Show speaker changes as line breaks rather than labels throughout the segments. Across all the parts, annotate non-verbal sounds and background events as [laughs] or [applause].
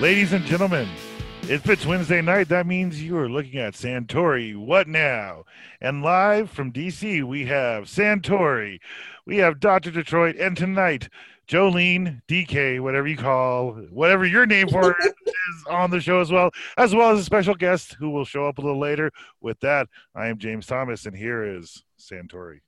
Ladies and gentlemen, it's Pitch Wednesday night. That means you are looking at Santori. What now? And live from DC, we have Santori, we have Dr. Detroit, and tonight, Jolene, DK, whatever you call, whatever your name for it is on the show as well, as well as a special guest who will show up a little later. With that, I am James Thomas, and here is Santori.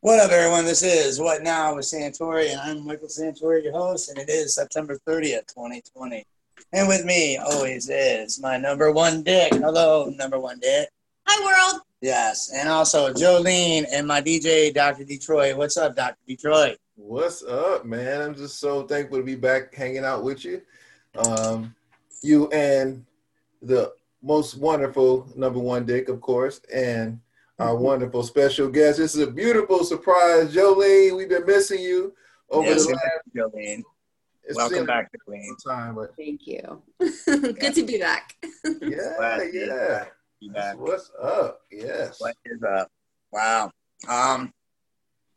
What up, everyone? This is What Now with Santori, and I'm Michael Santori, your host, and it is September 30th, 2020. And with me always is my number one dick. Hello, number one dick.
Hi, world.
Yes, and also Jolene and my DJ, Dr. Detroit. What's up, Dr. Detroit?
What's up, man? I'm just so thankful to be back hanging out with you. Um, you and the most wonderful number one dick, of course, and our
Mm-hmm.
wonderful special guest. This is a beautiful surprise, Jolene. We've been missing you over
Yes,
the last
Jolene.
it's
Welcome
been
back, Jolene.
a long
[laughs]
time, but
Thank you. [laughs] Good to be back.
yeah,
Glad to be
yeah.
You
That's
back.
what's up? Yes.
What is up? Wow. Um,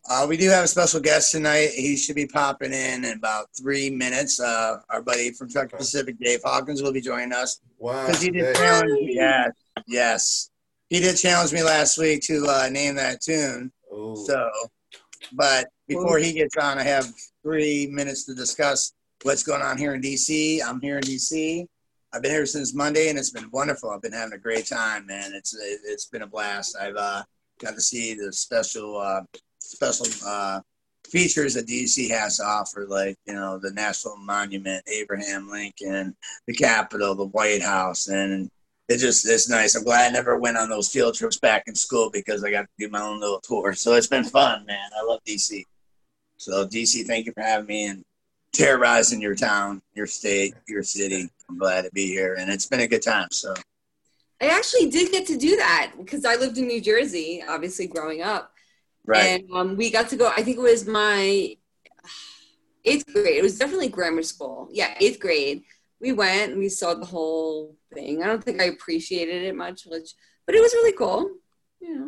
uh, we do have a special guest tonight. He should be popping in in about three minutes. Uh, our buddy from Truck Pacific, Dave Hawkins, will be joining us
Wow.
because he did
that-
challenge me. Yes, yes, he did challenge me last week to uh, name that tune.
ooh,
So, but before he gets on, I have three minutes to discuss what's going on here in DC. I'm here in DC. I've been here since Monday, and it's been wonderful. I've been having a great time, man. It's it- it's been a blast. I've uh, got to see the special uh, special uh, features that DC has to offer, like you know the National Monument, Abraham Lincoln, the Capitol, the White House, and it just it's nice. I'm glad I never went on those field trips back in school because I got to do my own little tour. So it's been fun, man. I love DC. So DC, thank you for having me and terrorizing your town, your state, your city. I'm glad to be here, and it's been a good time. So
I actually did get to do that because I lived in New Jersey, obviously growing up,
right,
and um, we got to go. I think it was my [sighs] eighth grade. It was definitely grammar school. Yeah, eighth grade. We went and we saw the whole thing. I don't think I appreciated it much, which, but it was really cool. Yeah.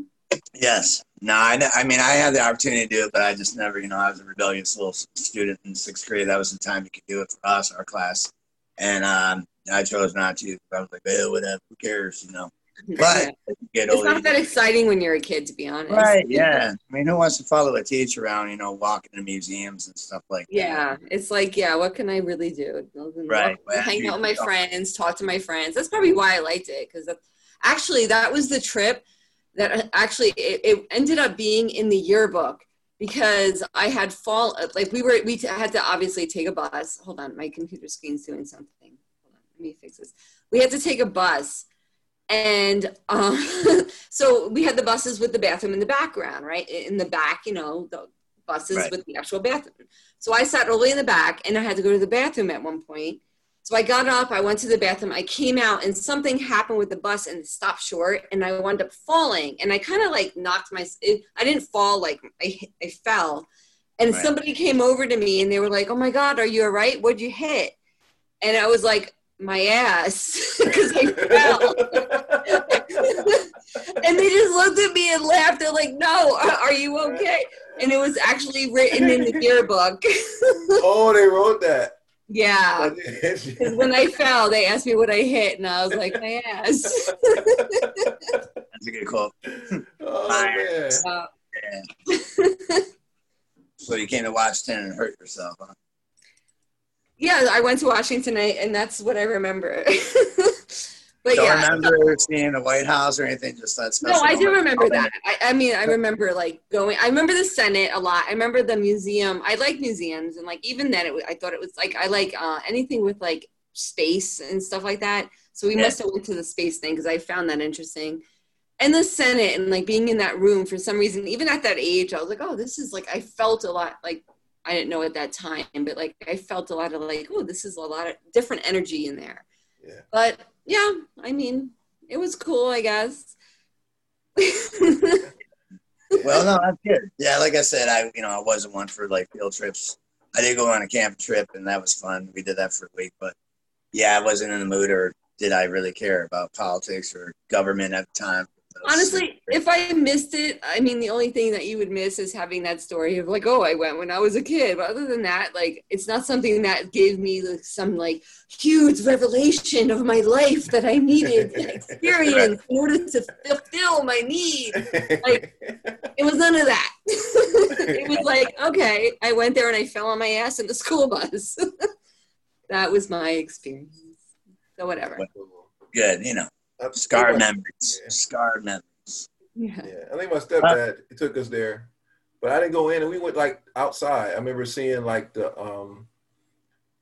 yes. No, I, kn- I mean I had the opportunity to do it, but I just never, you know, I was a rebellious little student in sixth grade. That was the time you could do it for us, our class, and um, I chose not to. I was like, eh, whatever, who cares, you know. But as you get
it's
older, you
not that exciting when you're a kid, to be honest.
Right. Yeah. I mean, who wants to follow a teacher around? You know, walking to museums and stuff like that.
Yeah, it's like, yeah, what can I really do? Nothing-
Right,
I'll hang out with my
yeah.
friends, talk to my friends. That's probably why I liked it because actually that was the trip that uh, actually it, it ended up being in the yearbook because I had fall uh, like we were we t- had to obviously take a bus. Hold on, my computer screen's doing something. Hold on, let me fix this. We had to take a bus. And um, [laughs] so we had the buses with the bathroom in the background, right? In the back, you know, the buses
Right.
with the actual bathroom. So I sat early in the back and I had to go to the bathroom at one point. So I got up, I went to the bathroom, I came out, and something happened with the bus and it stopped short, and I wound up falling. And I kind of like knocked my, it, I didn't fall, like I, hit- I fell. And
Right.
somebody came over to me and they were like, oh my God, are you all right? What'd you hit? And I was like, my ass, [laughs] because I fell. and they just looked at me and laughed. They're like, no, are, are you okay? And it was actually written in the yearbook.
[laughs]
[laughs]
oh, they
[laughs]
wrote that. [laughs] Oh,
yeah. 'Cause when I fell, they asked me what I hit, and I was like, my ass.
That's a good call.
oh, man.
Fires.
Uh,
So you came to Washington and hurt yourself. Huh?
yeah, I went to Washington, I- and that's what I remember. [laughs] but
Don't
yeah,
remember seeing the White House or anything. Just that
no,
special.
I do
moment.
remember that. I, I mean, I remember like going. I remember the Senate a lot. I remember the museum. I like museums, and like even then, it, wa- I thought it was like I like uh, anything with like space and stuff like that. So we
Yeah.
must have went to the space thing because I found that interesting. and the Senate and like being in that room for some reason, even at that age, I was like, oh, this is like I felt a lot like I didn't know at that time, but like I felt a lot of like, oh, this is a lot of different energy in there.
Yeah.
But yeah, I mean, it was cool, I guess.
[laughs] Well, no, that's good. Yeah, like I said, I you know I wasn't one for like field trips. I did go on a camp trip, and that was fun. We did that for a week, but yeah, I wasn't in the mood, or did I really care about politics or government at the time?
Honestly, if I missed it, I mean, the only thing that you would miss is having that story of like, oh, I went when I was a kid. But other than that, like, it's not something that gave me like, some like huge revelation of my life that I
[laughs]
needed to experience in order to fulfill my need.
[laughs]
It was none of that. [laughs] it
[laughs]
was like, okay, I went there and I fell on my ass in the [laughs] school bus. that was my experience. So whatever.
good, you know, scar memories, scar memories.
Yeah.
Yeah, I think my stepdad took us there, but I didn't go in, and we went like outside. I remember seeing like the um,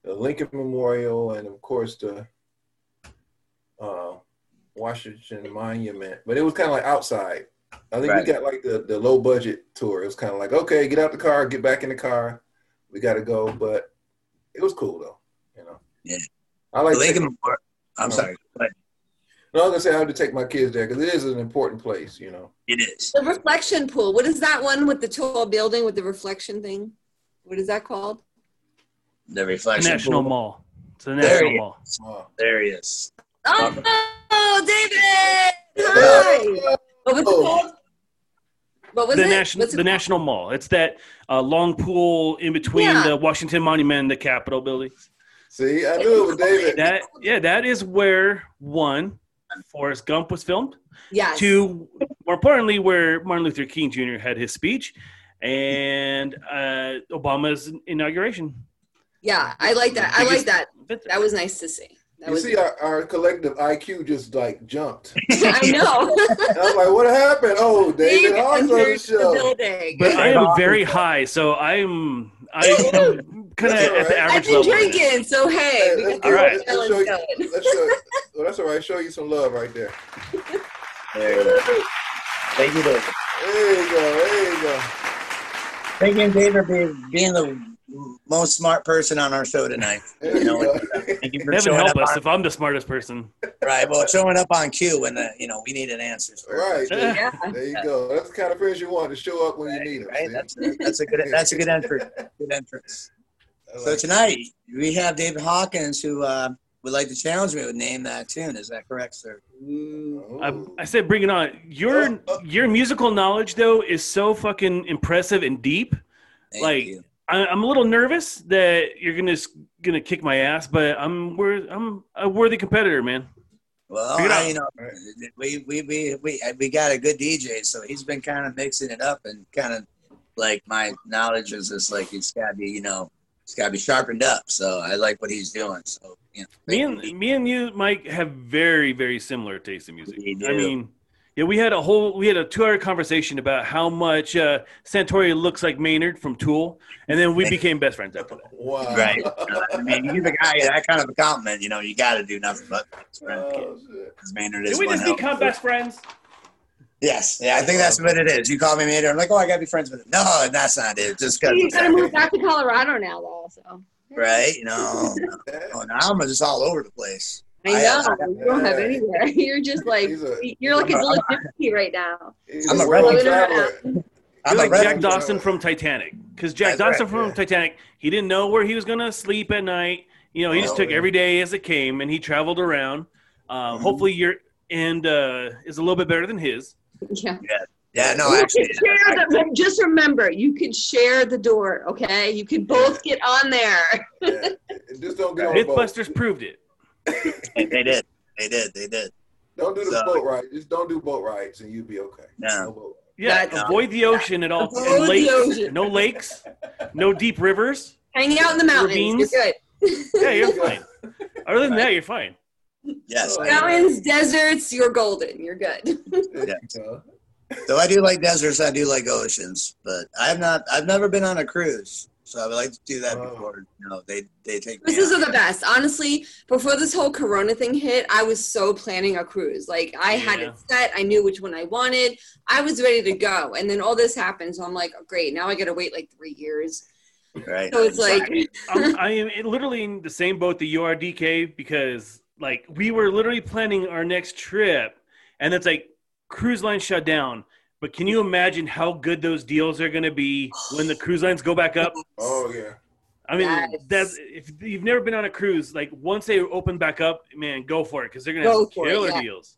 the Lincoln Memorial, and of course the uh, Washington Monument. But it was kind of like outside. I think
Right.
we got like the the low budget tour. It was kind of like okay, get out the car, get back in the car, we got to go. But it was cool though, you know.
Yeah.
I like
Lincoln Memorial. I'm
Oh.
sorry, but
No, I was gonna say I had to take my kids there because it is an important place, you know.
it is.
The reflection pool. What is that one with the tall building with the reflection thing? What is that called?
The reflection.
National
pool.
Mall. It's the
There
National
you-
Mall.
Uh,
There he is.
Um,
Oh, David! Hi. What was it called? What was
Oh. the
it?
national
What's it
the
called?
National Mall. It's that uh, long pool in between
Yeah.
the Washington Monument and the Capitol building.
[laughs] see, I knew it was David.
That yeah, that is where one Forrest Gump was filmed.
Yes.
Two, more importantly, where Martin Luther King Jr. had his speech, and uh, Obama's inauguration.
Yeah, I like that. I like
Biggest-
that. That was nice to see. That
You
was.
see, our, our collective IQ just like jumped.
[laughs] I
[laughs]
know.
And I'm like, what happened?
[laughs]
Oh, David
Dave
Hawkins on the
entered
show.
building.
But I
Yeah.
am very high, so I'm
[laughs]
I'm
That's all
kind of at
right.
the
I've
average
been
level.
drinking, so hey, we
Hey,
got
all right.
the
Let's
balance
show you-
going.
That's, all- well, that's all right. Show you some love right there.
There he is.
[laughs]
Thank you, David.
There you go. There you go.
Thank you, David, for being the most smart person on our show tonight.
There you
You know
go. [laughs]
what? Thank you for
Heaven
showing
help
up
us
on-
if I'm the smartest person.
Right. Well, showing up on cue when the, you know we needed answers. for-
right. There,
Yeah.
there you go. That's the kind of friends you want to show up when you need them.
Right. That's a, that's a good that's a good entrance. Good entrance. So
so,
tonight we have David Hawkins who uh, would like to challenge me with name that tune. Is that correct, sir?
"Mm,
I, I said, bring it on.
Oh,
Your
uh,
your musical knowledge though is so fucking impressive and deep.
Thank
Like-
you.
I, I'm a little nervous that you're gonna s- gonna kick my ass, but I'm worth I'm a worthy competitor, man.
Well,
Bring it
I,
up.
you know,
Right.
we, we we we we got a good DJ, so he's been kind of mixing it up and kind of like my knowledge is just like it's got to be you know it's got to be sharpened up. So I like what he's doing. So you know,
Me
thank you.
and me and you, Mike, have very very similar taste in music.
We
I
do.
mean, yeah, we had a whole we had a two hour conversation about how much uh, Santori looks like Maynard from Tool, and then we became best friends after that.
wow.
Right. I mean, you give a guy that kind of a compliment, you know, you got to do nothing but
[laughs] Oh, shit.
because Maynard
Did
is
we
one
just
hell.
become best friends?
Yes, yeah, I think that's what it is. You call me Maynard, I'm like, oh, I got to be friends with him. No, that's not it. Just because,
You gotta [laughs] move back to Colorado now, though. So.
right? No, no, no, I'm just all over the place.
I know.
I-
you don't have anywhere. [laughs] You're just like
He's a-
you're like a
I'm a-
little gypsy right now. [laughs]
he's
I'm a
world
rebel.
traveler.
I'm
You're
a
like
rebel.
Jack Dawson from Titanic, because Jack
That's right,
Dawson from
yeah.
Titanic, he didn't know where he was gonna sleep at night. You know, he just
Oh,
took
yeah.
every day as it came, and he traveled around. Uh,
Mhm.
Hopefully, your end uh, is a little bit better than his.
Yeah.
Yeah, no,
you
actually,
can share the, just remember, you can share the door, okay? You can both get on there. [laughs]
Yeah. Just don't get on the boat.
Mythbusters proved it.
they they did, they did, they did.
Don't do the
So-
boat ride. Just don't do boat rides, and you'll be okay.
No.
boat
Yeah,
That's-
avoid the ocean at all.
Avoid
and
the
lakes.
ocean.
No lakes, no deep rivers.
Hang out in the mountains.
Ravines?
You're good.
Yeah, you're
There you go.
fine. Other than that, you're fine.
Yes,
Oh.
I
That
agree.
[laughs] Mountains, deserts, you're golden. You're good.
rides.
Yeah.
So,
so I do like deserts, I do like oceans, but I've not, I've never been on a cruise. So I would like to do that
Oh.
before you know, they they take me.
Cruises
out.
are the best. Honestly, before this whole Corona thing hit, I was so planning a cruise. Like I had
Yeah.
it set. I knew which one I wanted. I was ready to go, and then all this happened. So I'm like, oh, great. Now I got to wait like three years.
right?
So it's like,
Exactly.
I'm, I am in- literally in the same boat that you are, DK, because like we were literally planning our next trip, and it's like cruise line shut down. But can you imagine how good those deals are going to be when the cruise lines go back up?
Oh yeah.
I mean,
Yes.
that's if you've never been on a cruise, like once they open back up, man, go for it because they're going to
Go
have
for it,
killer
yeah.
deals.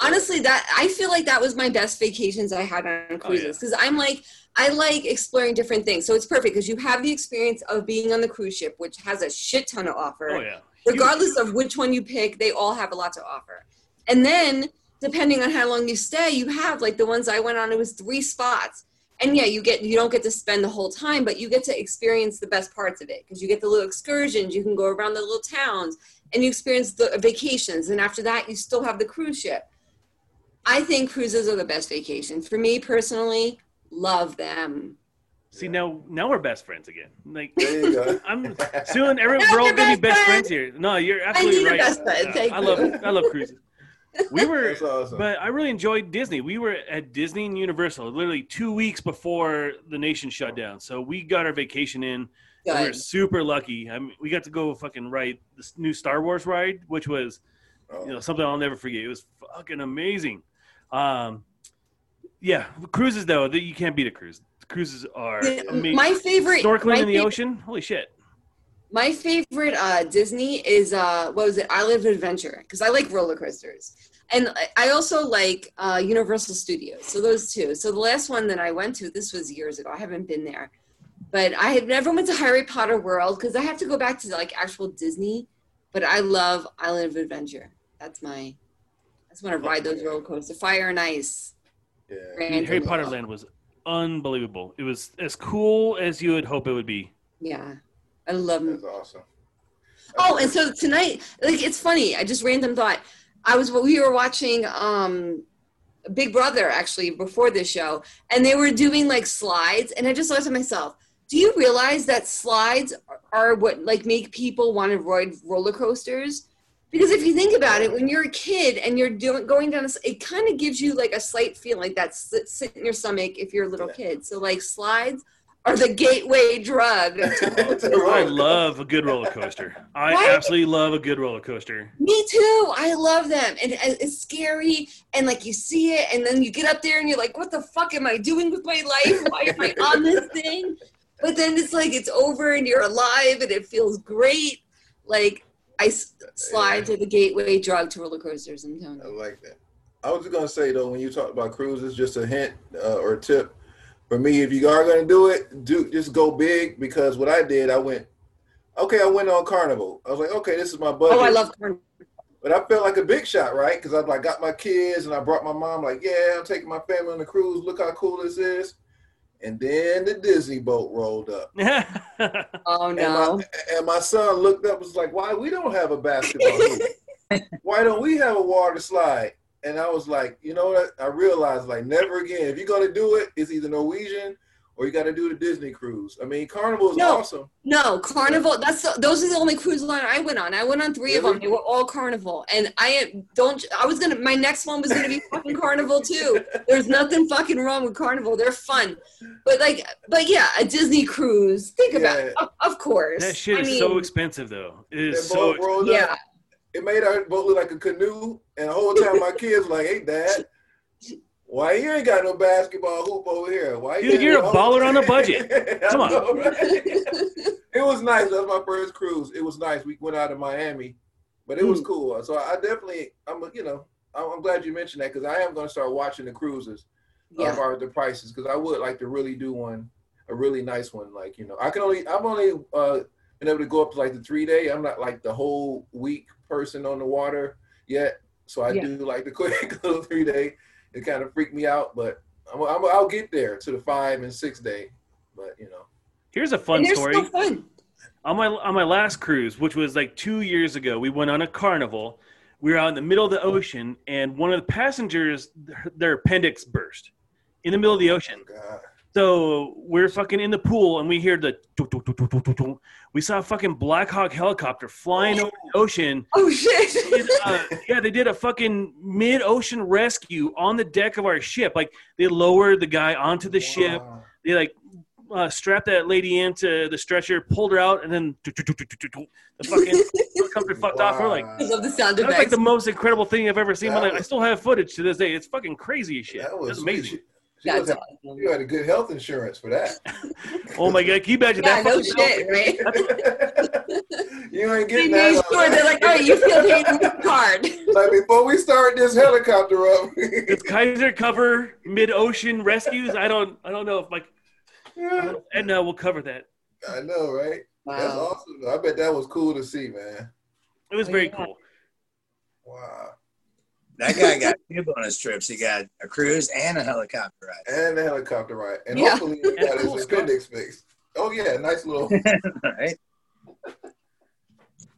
honestly that i feel like that was my best vacations i had
Oh,
on cruises because i'm like i like exploring different things so it's perfect because you have the experience of being on the cruise ship which has a shit ton to offer
Oh yeah,
regardless of which one you pick they all have a lot to offer and then depending on how long you stay you have like the ones i went on it was three spots and yeah you get you don't get to spend the whole time but you get to experience the best parts of it because you get the little excursions you can go around the little towns and you experience the vacations and after that you still have the cruise ship i think cruises are the best vacation for me personally love them
See now, now we're best friends again. Like
There you
[laughs]
go.
I'm soon,
[laughs]
every,
Now
we're all
we're
gonna
best
be best
friends.
friends here. No, you're
i need
absolutely
your
right.
best friend
Yeah,
thank
I
you
love I love cruises. We were,
That's awesome.
but I really enjoyed Disney. We were at Disney and Universal literally two weeks before the nation shut down, so we got our vacation in. and We were
Good.
super lucky. I mean, we got to go fucking ride this new Star Wars ride, which was
Oh.
you know something I'll never forget. It was fucking amazing. Um, yeah, cruises though that you can't beat a cruise. Cruises are
Yeah,
amazing.
my favorite my
Snorkeling in the
favorite-
ocean, holy shit!
My favorite uh, Disney is uh, what was it? Island of Adventure because I like roller coasters, and I- I also like uh, Universal Studios. So those two. So the last one that I went to, this was years ago. I haven't been there, but I had never went to Harry Potter World because I have to go back to like actual Disney. But I love Island of Adventure. That's my. I just want to ride those roller coasters. Fire and Ice.
yeah.
Grand
Harry
and-
Potter Land was unbelievable. It was as cool as you would hope it would be.
Yeah, I love
That's awesome.
Oh, and so tonight, like it's funny. I just random thought. I was we were watching um Big Brother actually before this show, and they were doing like slides, and I just thought to myself, do you realize that slides are- are what like make people want to ride roller coasters? Because if you think about it, when you're a kid and you're doing going down, a s it kind of gives you like a slight feeling that sit, sit in your stomach if you're a little
Yeah.
kid. So like slides are the gateway
[laughs]
drug.
I love a good roller coaster. I
Right?
absolutely love a good roller coaster. [laughs]
Me too. I love them. And it- it's scary. And like you see it, and then you get up there and you're like, what the fuck am I doing with my life? Why am I on this thing? But then it's like it's over and you're alive and it feels great. Like I s- slide to the gateway drug to roller coasters. I'm telling
I
you.
like that. I was just gonna say though, when you talk about cruises, just a hint uh, or a tip for me. If you are gonna do it, do just go big because what I did, I went. Okay, I went on Carnival. I was like, okay, this is my budget.
Oh, I love corn.
But I felt like a big shot, right? Because I like got my kids and I brought my mom. Like, yeah, I'm taking my family on the cruise. Look how cool this is. And then the Disney boat rolled up,
Oh,
and, my,
no.
and my son looked up and was like, "Why we don't have a basketball hoop? Why don't we have a water slide?" And I was like, "You know what? I realized like never again. If you're gonna do it, it's either Norwegian or you got to do the Disney cruise. I mean, Carnival is
No.
awesome.
No, Carnival. That's the, those are the only cruise line I went on. I went on three of them. They were all Carnival, and I am- don't. I was gonna. My next one was gonna be fucking Carnival too. There's nothing fucking wrong with Carnival. They're fun, but like, but yeah, a Disney cruise. Think about it. Of, of course.
that shit
I
is
mean,
so expensive though. It
That
is so
boat
ex-
rolled up.
Yeah,
It made our boat look like a canoe, and the whole time my kids like, "Hey, Dad." Why you ain't got no basketball hoop over here? Why you
Dude,
ain't
you're a
got no-"
baller on a budget.
[laughs] I
Come on.
know, right? It was nice. That was my first cruise. It was nice. We went out of Miami, but it
Hmm.
was cool. So I definitely, I'm, you know, I'm, I'm glad you mentioned that because I am going to start watching the cruises uh, [laughs]
[laughs] yeah.
about the prices because I would like to really do one, a really nice one. Like you know, I can only, I've only uh, been able to go up to like the three day. I'm not like the whole week person on the water yet, so I
Yeah.
do like [laughs] the quick little three day. It kind of freaked me out, but I'm, I'm, I'll get there to the five and six day. But you know,
Here's a
And
fun
they're
story.
so fun.
on my on my last cruise, which was like two years ago, we went on a carnival. We were out in the middle of the ocean, and one of the passengers, their appendix burst in the middle of the ocean.
Oh, God.
So we're fucking in the pool and we hear the. doo, doo, doo, doo, doo, doo, doo. We saw a fucking Black Hawk helicopter flying over the ocean.
Oh shit!
[laughs]
[laughs]
Did,
[laughs]
uh, yeah, they did a fucking mid-ocean rescue on the deck of our ship. Like they lowered the guy onto the ship.
Wow.
They like uh, strapped that lady into the stretcher, pulled her out, and then the fucking helicopter fucked off. We're like,
I love the sound
that's
effects.
like the most incredible thing I've ever seen. in my
That
life. I
was-
still have footage to this day. It's fucking crazy as shit.
That was
That's amazing.
She
That's
must have-
awesome.
you had a good health insurance for that.
Oh my god, can you imagine
Yeah,
that?
no
fucking-
shit, [laughs]
[laughs]
right?
you ain't
They
getting that.
made sure they're like, all right,
[laughs]
you feel pain in your card.
Like before we start this
[laughs]
helicopter up. [laughs]
Does Kaiser cover mid-ocean rescues? I don't. I don't know if like Edna will cover that.
I know, right? That's
Wow.
awesome. I bet that was cool to see, man.
It was
Oh,
very
yeah.
cool.
Wow.
That guy got [laughs] two bonus trips. He got a cruise and a helicopter ride.
And the helicopter ride. And
Yeah.
hopefully
[laughs]
he got
That's cool
his
stuff.
appendix fixed. Oh yeah, nice little
right?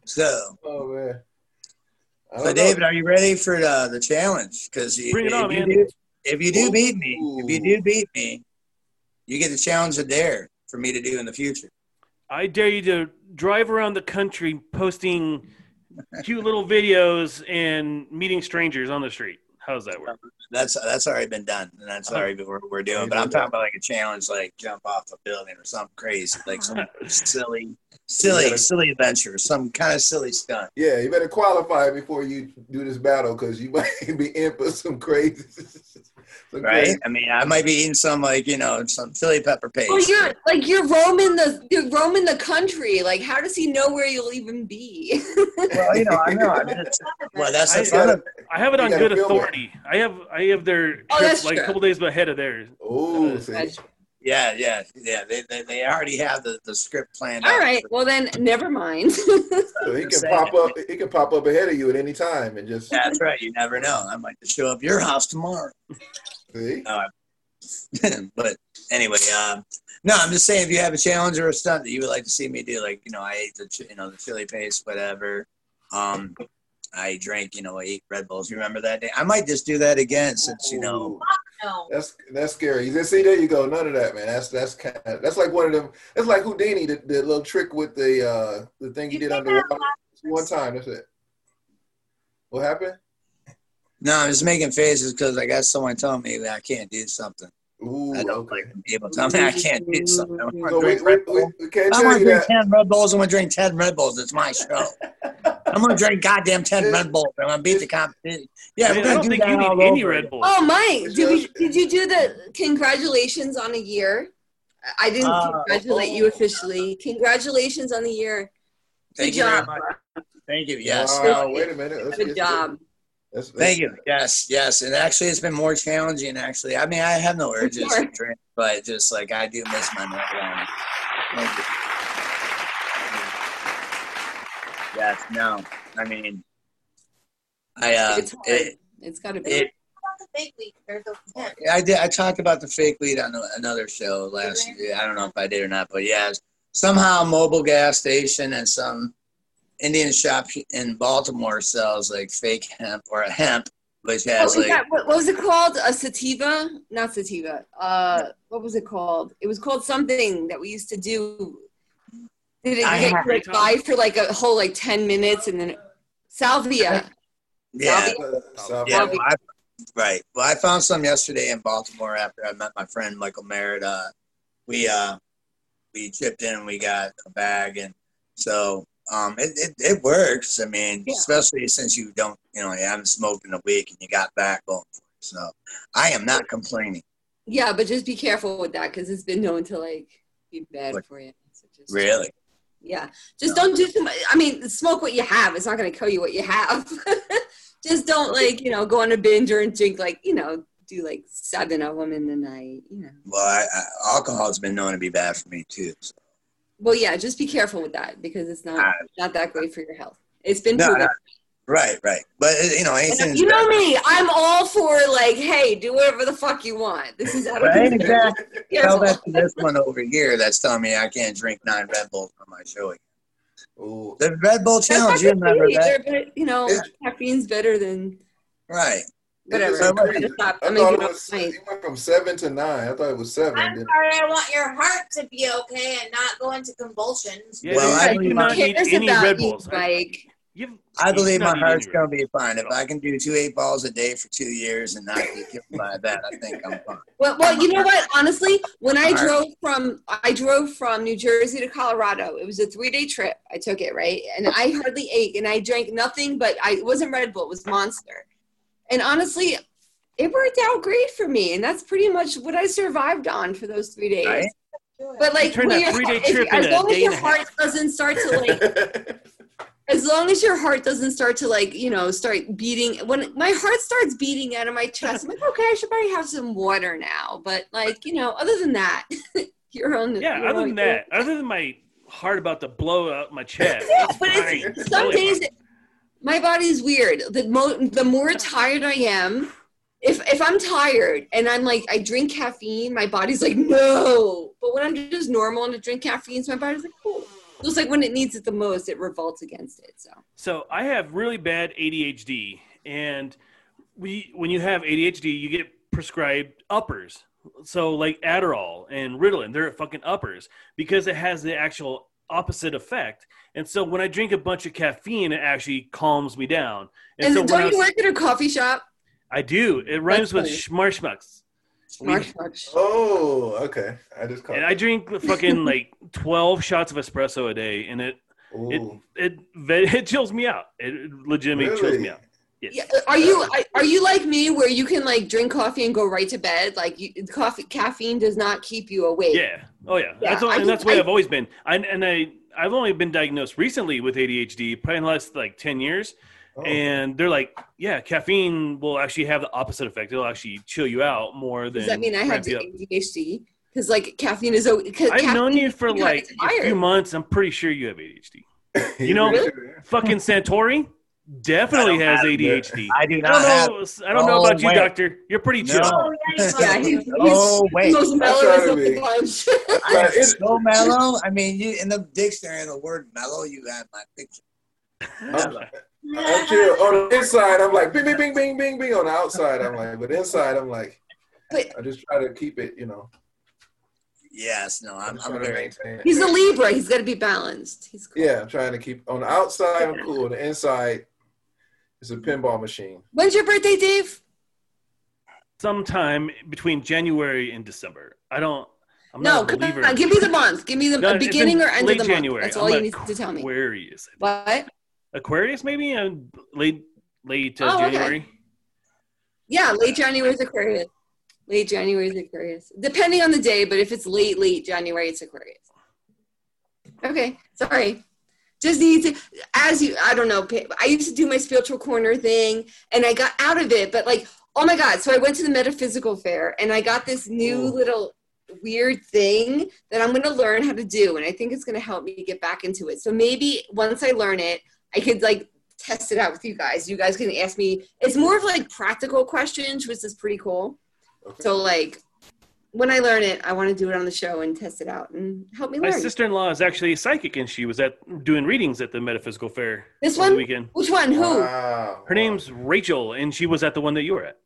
So,
oh man. I
so
don't know.
David, are you ready for the, the challenge? Because if,
Oh, Bring it on,
you
man.
do- if you do beat me, if you
Ooh.
do beat me, you get the challenge of dare for me to do in the future.
I dare you to drive around the country posting cute little videos and meeting strangers on the street. How's that work?
That's that's already been done, and that's already been, we're, we're doing. But I'm talking about like a challenge, like jump off a building or something crazy, like [laughs] some silly, silly, silly adventure, some kind of silly stunt.
Yeah, you better qualify before you do this battle because you [laughs] might be in for some crazy. [laughs] some
Right?
crazy-
I mean, I might be eating some like you know some Philly pepper paste.
Well, you're like you're roaming the you're roaming the country. Like, how does he know where you'll even be?
[laughs] Well, you know, I know. [laughs]
[laughs]
I'm just, well, that's the
I-
fun of
I have it
You
on
gotta
good
film it.
authority. I have I have their
Oh,
trip
that's
like a
true.
couple days ahead of theirs.
Oh, see.
That's-
Yeah, yeah, yeah. They, they, they already have the, the script planned.
[laughs] All
out.
right. Well, then, never mind. [laughs]
So he can
Just
pop
saying.
up. He can pop up ahead of you at any time and just
That's right. You never know. I might just show up at your house tomorrow.
see.
[laughs] but anyway, um, no, I'm just saying if you have a challenge or a stunt that you would like to see me do, like you know, I ate the ch- you know the chili paste, whatever. Um, I drank, you know, I ate Red Bulls. You remember that day? I might just do that again since you know.
Ooh,
no.
That's that's scary. You just see there you go. None of that, man. That's that's kind of that's like one of them. That's like Houdini, the, the little trick with the uh the thing you,
You
did
think
underwater
I'm
one time. That's it. What happened?
No, I'm just making faces because I got someone telling me that I can't do something.
Ooh,
I don't
okay.
like when people tell me I can't do something. I'm
So
gonna
we,
drink
we,
Red
we,
Bull.
we can't
I'm
tell
gonna
you
drink
that.
ten Red Bulls. I'm gonna drink ten Red Bulls. It's my
[laughs]
show. I'm gonna drink goddamn ten Red Bulls. I'm gonna beat the competition. Yeah,
I,
we're
mean, I
gonna
don't
do
think
that
you
all
need any
over
Red
again.
Bull.
Oh, Mike, did, we,
Just-
did you do the congratulations on a year? I- I didn't
Ah.
congratulate you officially. Congratulations on the year. Good
Thank you very
job.
much. Thank you. Yes.
Wow, wait a minute. Let's
Good
get-
job.
That's, that's,
Thank you. Yes, yes. And actually, it's been more challenging, actually. I mean, I have no urges
Sure.
to drink, but just like I do miss my milk line. Thank you. Yes, no. I mean, I, uh,
It's hard.
it,
it's got to be.
it, I did, I talked about the fake weed on the- another show last year. I don't know if I did or not, but yeah, somehow a mobile gas station and some Indian shop in Baltimore sells like fake hemp or hemp, which
Oh,
has
is
like,
that- what, what was it called? A sativa? Not sativa. Uh, what was it called? It was called something that we used to do. Did it
I
get
have-
you, like by for like a whole like ten minutes and then salvia?
yeah.
Stop.
Yeah,
Probably.
well, I, right. Well, I found some yesterday in Baltimore after I met my friend Michael Merritt. Uh, we uh, we chipped in and we got a bag, and so um, it, it, it works. I mean,
Yeah.
especially since you don't, you know, you haven't smoked in a week and you got back going. For it. So I am not complaining.
Yeah, but just be careful with that because it's been known to like be bad for you. So just-
Really,
Yeah. Just
No.
don't do too much. I mean, smoke what you have. It's not going to kill you what you have. [laughs] just don't like, you know, go on a binge or drink like, you know, do like seven of them in the night, you know.
well, I, I, alcohol's been known to be bad for me too. So.
Well, yeah, just be careful with that because it's not
Ah.
not that great for your health. It's been
No,
proven.
no. Right, right. But uh, you know, anything.
And
is
you
bad.
know me. I'm all for like, hey, do whatever the fuck you want. This is out of
Right, exactly. Tell
Careful.
that to this one over here that's telling me I can't drink nine Red Bulls on my show again.
Ooh,
The Red Bull
That's not
challenge, you
good for
remember
you
that?
either, but, you know,
It's-
caffeine's better than
Right.
Whatever.
So
I'm
much.
gonna stop.
I
I'm
thought it
gonna give up
was.
tonight.
It went from seven to nine. I thought it was seven.
I'm sorry, I want your heart to be okay and not go into convulsions.
Yeah,
Well,
you
I
do
believe
not
Who
need
cares
any
about
Red
you,
Bulls.
Mike?
you-
I
you
believe
do
my
not need any
heart's
Red
gonna be fine. If I can do two eight balls a day for two years and not be killed by that, I think I'm
[laughs]
fine.
Well, well, you know what? Honestly, when I
All right.
drove from I drove from New Jersey to Colorado, it was a three day trip. I took it right, and I hardly ate, and I drank nothing but I it wasn't Red Bull, it was Monster, and honestly, it worked out great for me, and that's pretty much what I survived on for those three days.
Right.
But like,
turned
when
that
your-
three-day
if-
trip
as
into a
long as
day
your
and a half.
heart doesn't start
[laughs]
to like as long as your heart doesn't start to like you know start beating when my heart starts beating out of my chest i'm like okay i should probably have some water now but like you know other than that [laughs] your own
Yeah,
your
other
own-
than that, other than my heart about to blow out my chest.
[laughs] yeah, but
fine.
it's, some
Totally
days
fine.
my body's weird the, mo- the
[laughs]
more tired i am if, if i'm tired and i'm like i drink caffeine my body's like no but when i'm just normal and i drink caffeine so my body's like cool so it's like when it needs it the most it revolts against it so
So I have really bad ADHD, and we when you have ADHD, you get prescribed uppers. So like Adderall and Ritalin, they're fucking uppers because it has the actual opposite effect. And so when I drink a bunch of caffeine, it actually calms me down.
and,
so when I,
don't you
was-
work at a coffee shop
I do. It rhymes with
funny.
schmarshmucks.
Marsh, Marsh.
[laughs] oh, okay. I just caught.
And I
[laughs]
drink fucking like twelve shots of espresso a day, and it
Ooh,
it it it chills me out. It legitimately chills me
really?
out. Yes.
Yeah, uh, are you are you like me where you can like drink coffee and go right to bed? Like you, coffee caffeine does not keep you awake.
Yeah. Oh yeah.
Yeah,
That's all,
I
and
think-
that's what I,
I-
have always been. I, and I I've only been diagnosed recently with ADHD, probably in the last like ten years.
Oh.
And they're like, yeah, caffeine will actually have the opposite effect. It'll actually chill you out more than.
Does that mean I have
ramp you up.
ADHD? Because like caffeine is a. Cause
I've
caffeine,
known you for
you're
like a few
tired.
months. I'm pretty sure you have ADHD.
Oh, [laughs] He
know-
really-
Fucking Santori definitely
I
has
don't
ADHD.
I do
I
not
don't
have.
know. I don't know
Oh,
about you,
wait.
doctor. You're pretty chill.
No.
Oh,
Yeah,
yeah, you are.
he, he's
[laughs] Oh wait,
most
trying
mellow
to
of the
be-
bunch.
I am
It-
so mellow. I mean, you in the dictionary, the word mellow, you have my picture. Mellow.
I'm chill. On the inside, I'm like bing, bing, bing, bing, bing, bing. On the outside, I'm like, but inside, I'm like,
But-
I just try to keep it, you know.
Yes, no, I'm,
just
I'm
trying to
very.
maintain it.
[laughs] he's a Libra. He's got to be balanced. He's cool.
Yeah, I'm trying to keep on the outside. I'm cool. On the inside, it's a pinball machine.
When's your birthday, Dave?
Sometime between January and December. I don't. I'm
no,
not a
come
believer.
on. Give me the month. Give me the
[laughs] No,
a
it's in
beginning or end
late
of the
January.
month. That's all
I'm
you
a
need to tell me.
Aquarius.
What?
Aquarius, maybe? Uh, late late uh,
Oh, okay.
January.
Yeah, late January is Aquarius. Late January is Aquarius. Depending on the day, but if it's late, late January, it's Aquarius. Okay, sorry. Just need to, as you, I don't know, pa- I used to do my spiritual corner thing and I got out of it, but like, oh my God. So I went to the metaphysical fair and I got this new
Ooh.
little weird thing that I'm going to learn how to do. And I think it's going to help me get back into it. So maybe once I learn it, I could like test it out with you guys. You guys can ask me. It's more of like practical questions, which is pretty cool.
Okay.
So like when I learn it, I want to do it on the show and test it out and help me
My
learn.
sister in law is actually a psychic, and she was at doing readings at the metaphysical fair
This
over the
one?
weekend.
Which one? Who?
Uh,
Wow.
Her name's Rachel, and she was at the one that you were at.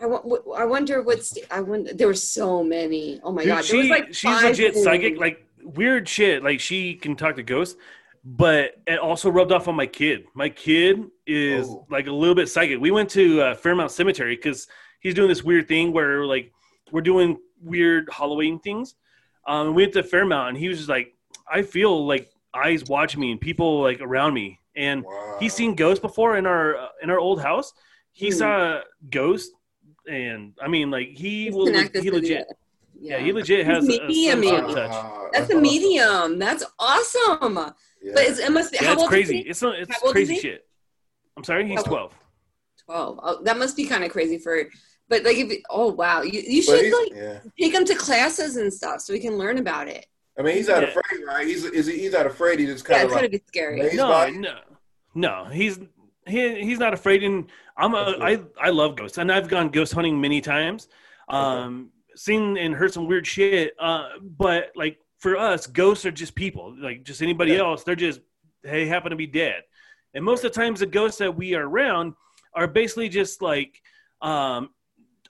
I, wo- wo- I wonder what's. I wonder. There were so many. Oh my
Dude,
god.
she
there was like
she's
five
legit
rooms.
psychic, like weird shit. Like she can talk to ghosts, but it also rubbed off on my kid. My kid is
Oh.
like a little bit psychic. We went to uh, Fairmount Cemetery because he's doing this weird thing where like we're doing weird Halloween things. Um, we went to Fairmount, and he was just like, I feel like eyes watch me and people like around me, and
Wow.
he's seen ghosts before in our uh, in our old house. He
Hmm.
saw ghosts, and I mean, like he
He's
will
connected
he
to the-
legit. Yeah,
Yeah.
he legit has a, a
Medium,
sense of
man.
touch.
That's a
awesome.
medium. That's awesome.
Yeah.
But it's, it must be.
Yeah,
how
it's
old is
crazy.
he?
It's not, it's
How old is
crazy
he?
shit. I'm sorry, he's
How old?
12.
Twelve. Oh, that must be kind of crazy for. But like, if oh wow, you you
But
should
he's-
like
yeah.
take him to classes and stuff so we can learn about it.
I mean, he's not
Yeah.
afraid, right? He's is he, he's not afraid. He just
Yeah,
kind
it's
of
gonna
like
be scary.
amazed by
No,
it.
no, no. He's he, he's not afraid. And I'm a, I I love ghosts, and I've gone ghost hunting many times. Um, seen and heard some weird shit. Uh, but like for us, ghosts are just people, like just anybody
Yeah.
else. They're just they happen to be dead. And most of the times, the ghosts that we are around are basically just like um,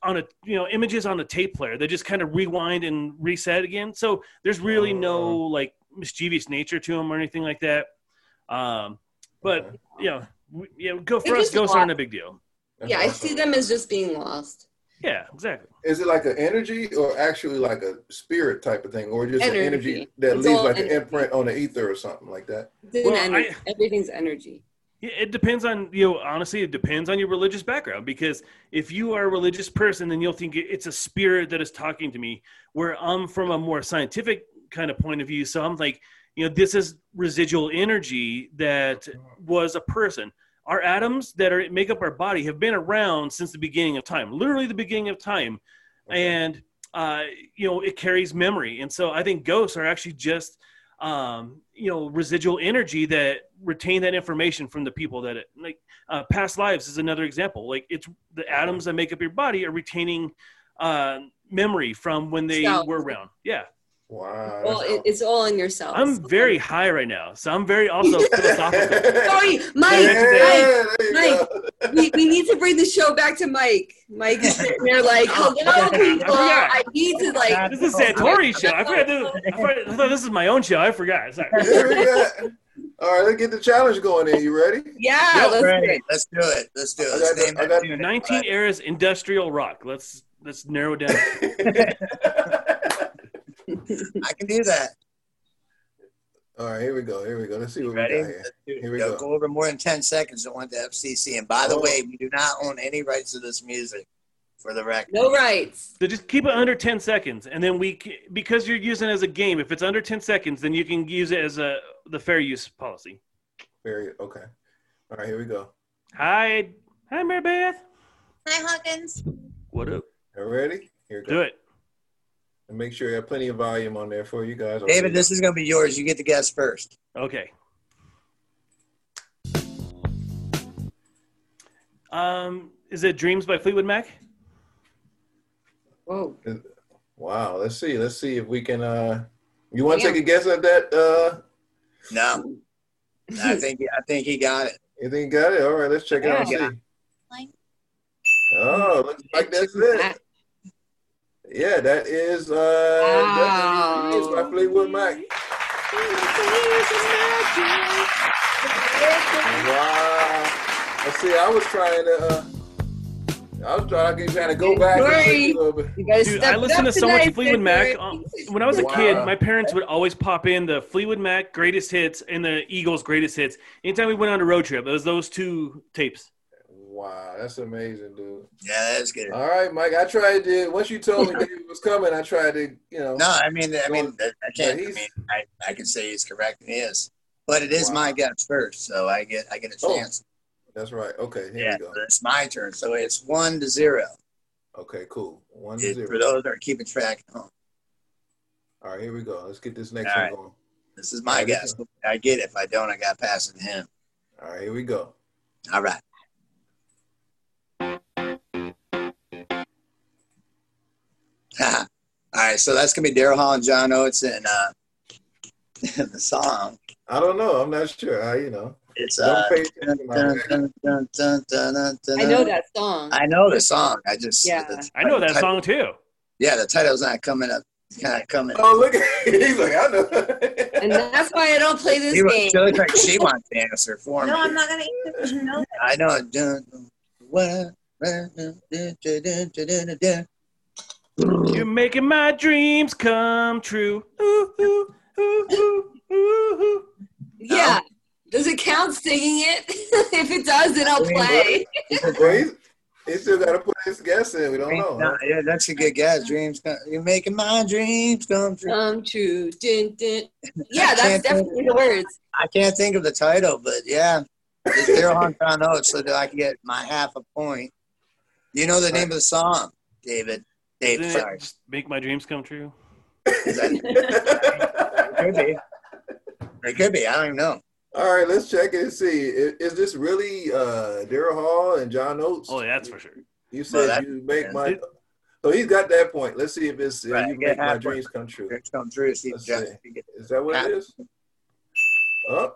on a you know images on a tape player. They just kind of rewind and reset again. So there's really no like mischievous nature to them or anything like that. Um, but
Okay.
you know, we, yeah, go for
They're
us.
just
Ghosts
wa-
aren't a big deal.
Yeah, I see them as just being lost.
Yeah, exactly.
Is it like an energy or actually like a spirit type of thing, or just an
Energy.
energy that
It's
leaves
all
like
energy.
an imprint on the ether or something like that?
It's an
Well,
ener-
I-
everything's energy.
Yeah, It depends on you. Know, honestly, it depends on your religious background because if you are a religious person, then you'll think it's a spirit that is talking to me. Where I'm from a more scientific kind of point of view, so I'm like, you know, this is residual energy that was a person. Our atoms that are make up our body have been around since the beginning of time, literally the beginning of time, and uh, you know it carries memory. And so I think ghosts are actually just um, you know, residual energy that retain that information from the people that it like uh, past lives is another example. Like it's the atoms that make up your body are retaining uh, memory from when they
Cells.
were around. Yeah,
wow.
Well, it, it's all in yourself.
I'm very high right now, so I'm very also philosophical.
[laughs]
sorry, Mike.
Yeah, there you
Mike,
go.
We, we need to bring the show back to Mike. Mike is sitting
[laughs]
there like,
Oh,
hello, people.
forgot.
I need to like.
This is Santori show. I forgot. This, I forgot. I thought this is my own show. I forgot. Sorry.
[laughs] There we go. All right, let's get the challenge going in. You ready?
Yeah, let's
Right.
do it.
Let's do it. Let's do it.
I
Let's
got the-
name
I
that
got-
unit.
19 eras industrial rock. Let's let's narrow down.
I can do that.
All right, here we go. Here we go. Let's see what
Ready?
we got here.
Let's do it.
Here we
Don't
go.
go over more than 10 seconds. Don't want the FCC. And by the
Oh.
way, we do not own any rights to this music for the record.
No rights.
So just keep it under 10 seconds, and then we c- because you're using it as a game. If it's under 10 seconds, then you can use it as a the fair use policy.
Very okay. All right, here we go.
Hi, hi, Mary Beth.
Hi, Hawkins.
What up?
You ready? Here we go.
Do it.
And make sure you have plenty of volume on there for you guys.
David, this is going to be yours. You get to guess first.
Okay. Um, is it Dreams by Fleetwood Mac?
Whoa.
Wow. Let's see. Let's see if we can. uh You want to
Yeah.
take a guess at that? uh
No, I think I think he got it.
You think you got it? All right. Let's check it out.
Yeah.
And see. Oh, looks like that's it. Yeah, that is. uh
Wow.
that is by Fleetwood Mac. Wow. Let's see. I was trying to. uh I was trying, trying to go back and think a little bit.
You guys
Dude, I listened to so much Fleetwood Mac. Um, when I was a
Wow.
kid, my parents would always pop in the Fleetwood Mac greatest hits and the Eagles greatest hits. Anytime we went on a road trip, it was those two tapes.
Wow, that's amazing, dude.
Yeah, that's good.
All right, Mike. I tried to. Once you told me David was coming, I tried to. You know.
No, I mean, I mean, I can't. I
he's-
mean, I, I can say he's correct. He is, but it is
Wow.
my guess first, so I get I get a
Oh,
chance.
That's right. Okay. Here
yeah,
we go.
so it's my turn. So it's one to zero.
Okay. Cool. One to
It- for
zero.
those that are keeping track at home.
All right. Here we go. Let's get this next
All
one
right.
going.
This is my
Alright,
guess. I get it. If I don't, I got past it to him.
All right. Here we go.
All right. Ah, All right, so that's gonna be Daryl Hall and John Oates, and uh, [laughs] the song
I don't know. I'm not sure. I, you know.
it's
Don't
uh,
pay attention to my
dun, dun, dun, dun, dun, dun, dun.
I know that song.
I know the song. I just
Yeah.
the-
I know that
the-
song too.
Yeah, the title's not coming up. It's not coming.
Oh, look at [laughs] He's like, I
[laughs]
know.
And that's why I don't play this
She,
game.
she looks like she wants to answer for me.
No, I'm not gonna eat this. You know
I know. Dun, dun, dun, dun, dun, dun, dun, dun, dun, dun.
You're making my dreams come true. Ooh, ooh, ooh, ooh, ooh, ooh.
Yeah. Does it count singing it? [laughs] if it does, then I'll
I mean,
play.
Well, he's, he's still got to put his guess in. We don't
Dreams-
know.
nah, yeah, that's a good guess. Dreams come. You're making my dreams come true.
Come true. Dun, dun. Yeah,
Can't
that's
think of
definitely the words.
I can't think of the title, but yeah, it's Daryl Hunt John Oates, so that I can get my half a point. You know the name of the song, David. Dave,
Isn't it
sorry.
just Make my dreams come true.
Is that- it could be. It could be. I don't even know.
[laughs] All right, let's check and see. Is, is this really uh, Daryl Hall and John Oates?
Oh, that's for sure.
You
Well,
said
that-
you make my.
It-
So he's got that point. Let's see if it's if
Right,
you
yeah,
make my
half
dreams come true.
Dreams come true. Steve
Let's
Jackson.
Is that what it is? Oh,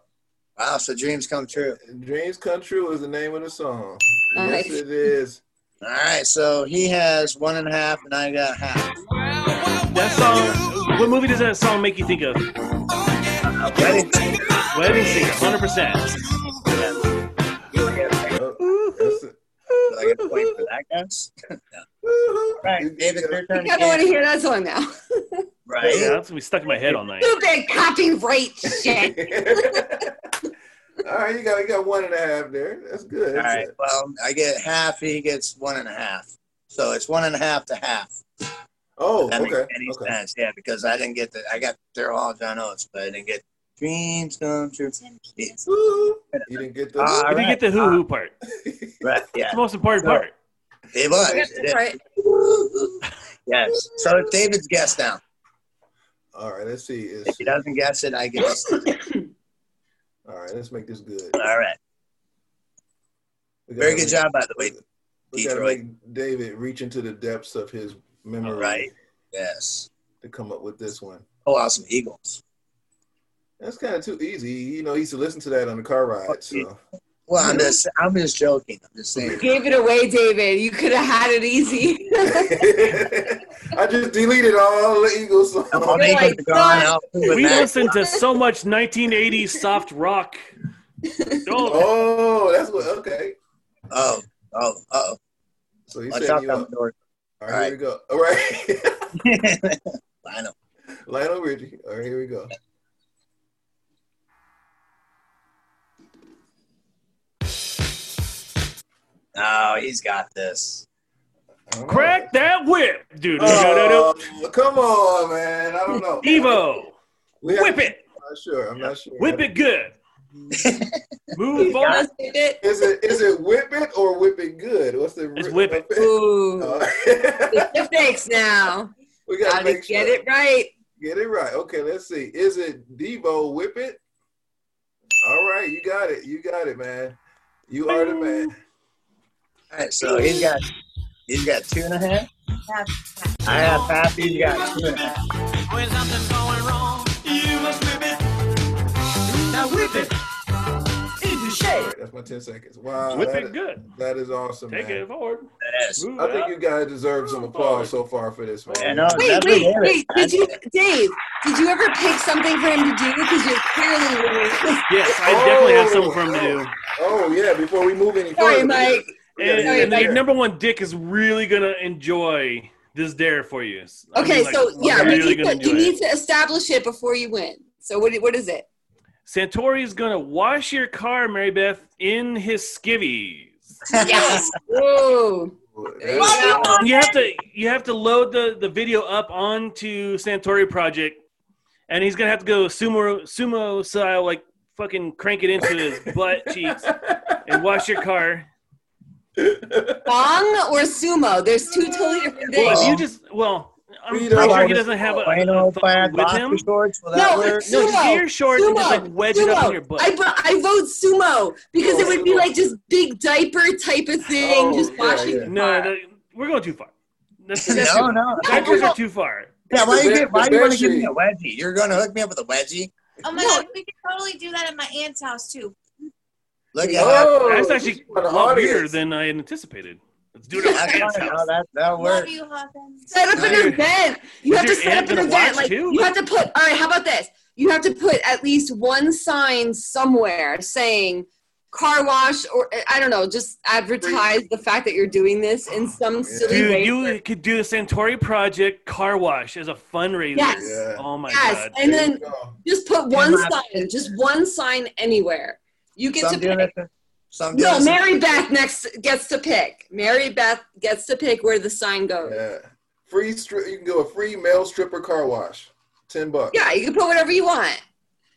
Wow, so dreams come true.
Dreams Come True is the name of the song.
Nice.
Yes, it is.
All right, so he has one and a half, and I got half.
That song. What movie does that song make you think of?
Wedding singer.
Wedding Singer, hundred percent.
Yep, that's it.
Do I get a Oh, point for that, guys? [laughs]
Woohoo.
All right, David, your turn.
[laughs] I don't want to
again.
hear that song now.
Right.
Yeah, that's gonna be stuck in my head all night.
Stupid copyright
[laughs]
shit.
All right, you got you got one and a half there. That's good.
All
That's
right. Well, I get half. He gets one and a half. So it's one and a half to half.
Oh,
That
okay.
makes any
okay.
sense. Yeah, because I didn't get the. I got they're all John Oates, but I didn't get dreams come true.
Woo-hoo. You didn't get the.
All
You didn't get the hoo hoo part. It's
Right. Yeah.
the most important part.
It was.
That's
It
right.
is. yes. So it's David's guess now.
[laughs] All right, let's see.
If
It's,
he doesn't guess it, I guess.
all right, let's make this good.
All right.
We gotta
Very good
make-
job, by the way.
We gotta
Detroit.
make David reach into the depths of his memory
All right. Yes.
to come up with this one.
Oh, awesome Eagles.
That's kind of too easy. You know, he used to listen to that on the car
[laughs]
ride. So [laughs]
Well, I'm just. I'm just joking. I'm just saying.
Gave it away, David. You could have had it easy. [laughs]
I just deleted all the Eagles. songs.
All
You're
the Eagles
like,
are gone.
God.
I'll do it
We
back.
listened to so much 1980s
[laughs]
soft rock. Oh,
Oh, that's what. Okay.
Oh, oh, oh.
So he
Watch
said,
out,
you know,
Dumbledore.
all right, here we go. [laughs] All right.
[laughs] I know.
Lionel Richie. All right, here we go.
No, he's got this.
I don't know.
crack that whip, dude.
Oh, come on, man. I don't know.
Evo,
We have-
whip it,
I'm not sure. I'm not sure.
whip it good.
[laughs]
You
Move on.
guys did it.
Is it is it whip it or whip it good? What's the
It's whip it.
Ooh.
Uh,
The fakes now.
[laughs] we gotta
Gotta
make
get
sure.
it right.
Get it right. Okay, let's see. Is it Devo whip it? All right, you got it. You got it, man. You are the man.
All right, so he's got he's got two and a half. I have half. He's got two and a half.
When something's going wrong, you must whip it. Now whip it into
All
shape.
right, that's my ten seconds. Wow,
Whip
Uh, that
it
is-
good.
that is awesome,
Take
man.
it forward.
Yes.
Move
I think
up.
you guys deserve some applause so far for this,
Yeah,
man.
no,
Wait,
never
wait,
did
wait.
it.
Did you, Dave, did you ever pick something for him to do? Because you're clearly winning.
Yes, I
Oh.
definitely have something for him to do.
Oh yeah, before we move any
Sorry,
further,
Mike.
we gotta- we
And,
gotta
Sorry,
and
get
your
Mike.
there.
number one dick is really gonna enjoy this dare for you. I
Okay,
mean, like,
so yeah, we
really
need to,
gonna enjoy
you
it.
need to establish it before you win. So what, what is it?
Santori is gonna wash your car, Mary Beth, in his skivvies.
[laughs] Yes. Whoa.
That's-
[laughs] And you have to you have to load the, the video up onto Santori Project, and he's gonna have to go sumo sumo style, like fucking crank it into his butt cheeks and wash your car.
Bong or sumo? There's two totally different
Well,
things.
if you just well, I'm
We
pretty
don't
sure
like
he doesn't have a, a,
plain old
thong
plaid
with
boxer
him.
shorts. Will that
no,
work?
it's
No,
sumo.
just get your shorts
sumo.
and just like wedge it up in your butt.
I, vo- I vote sumo because it would be
Sumo.
like just big diaper type of thing,
Oh,
just
yeah,
washing.
yeah.
No, no, we're going too far. That's, that's
no, no.
Diapers are too far.
Yeah, why
The
you
bed-
get, why
the
do you want
bed
to give me
sheet.
a wedgie? You're going to hook me up with a wedgie?
Oh my god, we could totally do that at my aunt's house too.
Look at how-
Oh,
That's actually
for
a
the
lot weirder
audience.
than I anticipated. Let's do
[laughs]
it at my
that's
aunt's
how
house.
that that'll work.
Love you, Huffins.
[laughs] Set up an
Dude.
event. You
Is
have to
your
set
aunt
up an
gonna
event.
watch
Like
too?
you have to put. All right, how about this? You have to put at least one sign somewhere saying car wash or I don't know. Just advertise the fact that you're doing this in some silly way.
Oh, Dude, you could do the Santori Project car wash as a fundraiser.
Yes.
Yeah.
Oh my
yes,
god.
and
There you
then
go.
just put one
my-
sign. Just one sign anywhere. You get
Some
to
doing
pick.
it. Some doing
No,
this-
Mary Beth next gets to pick. Mary Beth gets to pick where the sign goes. Yeah,
Yeah. Free strip. You can go a free male stripper car wash. Ten bucks.
you can put whatever you want.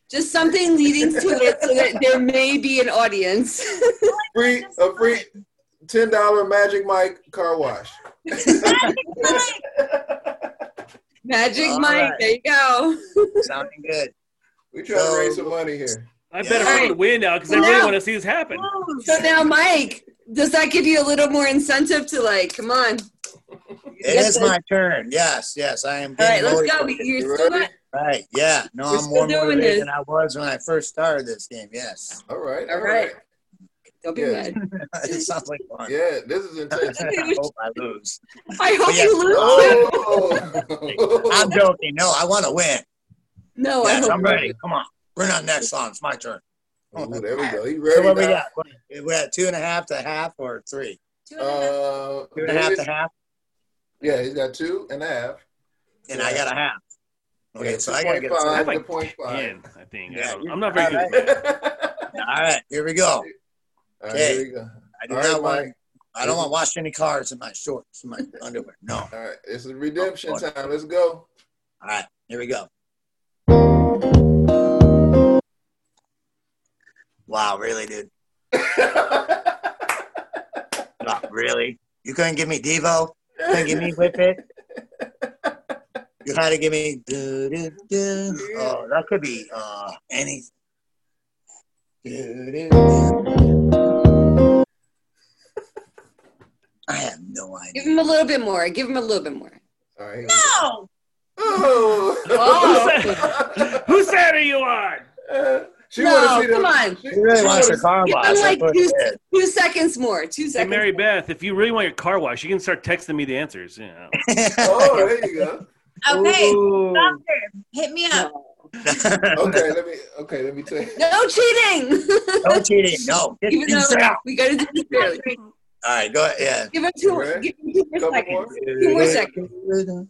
Just something leading to it so that there may be an audience. [laughs]
Free a free ten dollar Magic Mike car wash.
Magic
All
Mike,
right.
there you go.
Sounding good.
We try to raise some money here.
I better yeah. win now because I really want to see this happen.
So now, Mike, does that give you a little more incentive to like, come on?
It
Yes,
is
it
my turn. Yes, yes, I am.
All
being
right, let's
voted
go.
for.
We- You're
You
still
ready?
not.
Right, yeah. No,
We're
I'm
still
more
doing
motivated
this.
than I was when I first started this game. Yes, [laughs]
All right.
All
All right.
Don't be
Yes.
mad. [laughs]
it sounds like fun. [laughs]
Yeah, this is intense.
I hope I
[laughs]
lose.
I hope
Yeah.
you lose.
Oh.
I'm joking. No, I want to win.
No, Oh, I
Yes,
hope
I'm ready. Come on. We're not next on. It's my turn.
Ooh, there we go. He
Oh,
ready
So what we
now.
got? What- We're at two and a half to half or three?
Two and a half.
Uh,
Two and a half
David-
to half,
Yeah, he's got two and a half.
and I got a half. Okay,
Yeah,
Oh, so I got to get a
I
second.
2.5
like
to point five.
Ten, I think.
Yeah,
I don't,
you-
I'm not very good. at
All right, here we go.
[laughs] All right,
Okay.
here we go.
I do
All
not
right,
want.
Mike.
I don't want to wash any cars in my shorts, in my [laughs] underwear. No. All
All right, this is redemption
Oh, fuck.
time. Let's go. [laughs]
right, here we go. Wow, really, dude? Wow, really? You couldn't give me Devo? Couldn't give me Whip It? You had to give me. Do, do, do. Oh, that could be uh, any. Do, do, do. I have no idea.
Give him a little bit more. Give him a little bit more.
All right.
[laughs]
here we go.
No!
Oh. [laughs] Whose side are you on?
[laughs] she
No,
wanna see the-
come on.
she-
You really
she
wants your
wanna-
car
Give
wash.
him like
That's what
two,
it is.
two seconds more. Two
Hey,
seconds.
Mary
more.
Beth, if you really want your car wash, you can start texting me the answers. You know.
[laughs]
Oh, there you go.
Okay,
Ooh.
doctor, hit me up.
No.
Okay, let me. Okay, let me tell
[laughs]
you. [laughs]
No cheating.
no cheating. No. Get,
Even
you
though
sit out.
we got to do this fairly.
All right, go ahead.
Give him two.
Right.
Give him two more
Couple
seconds.
more.
Two more seconds.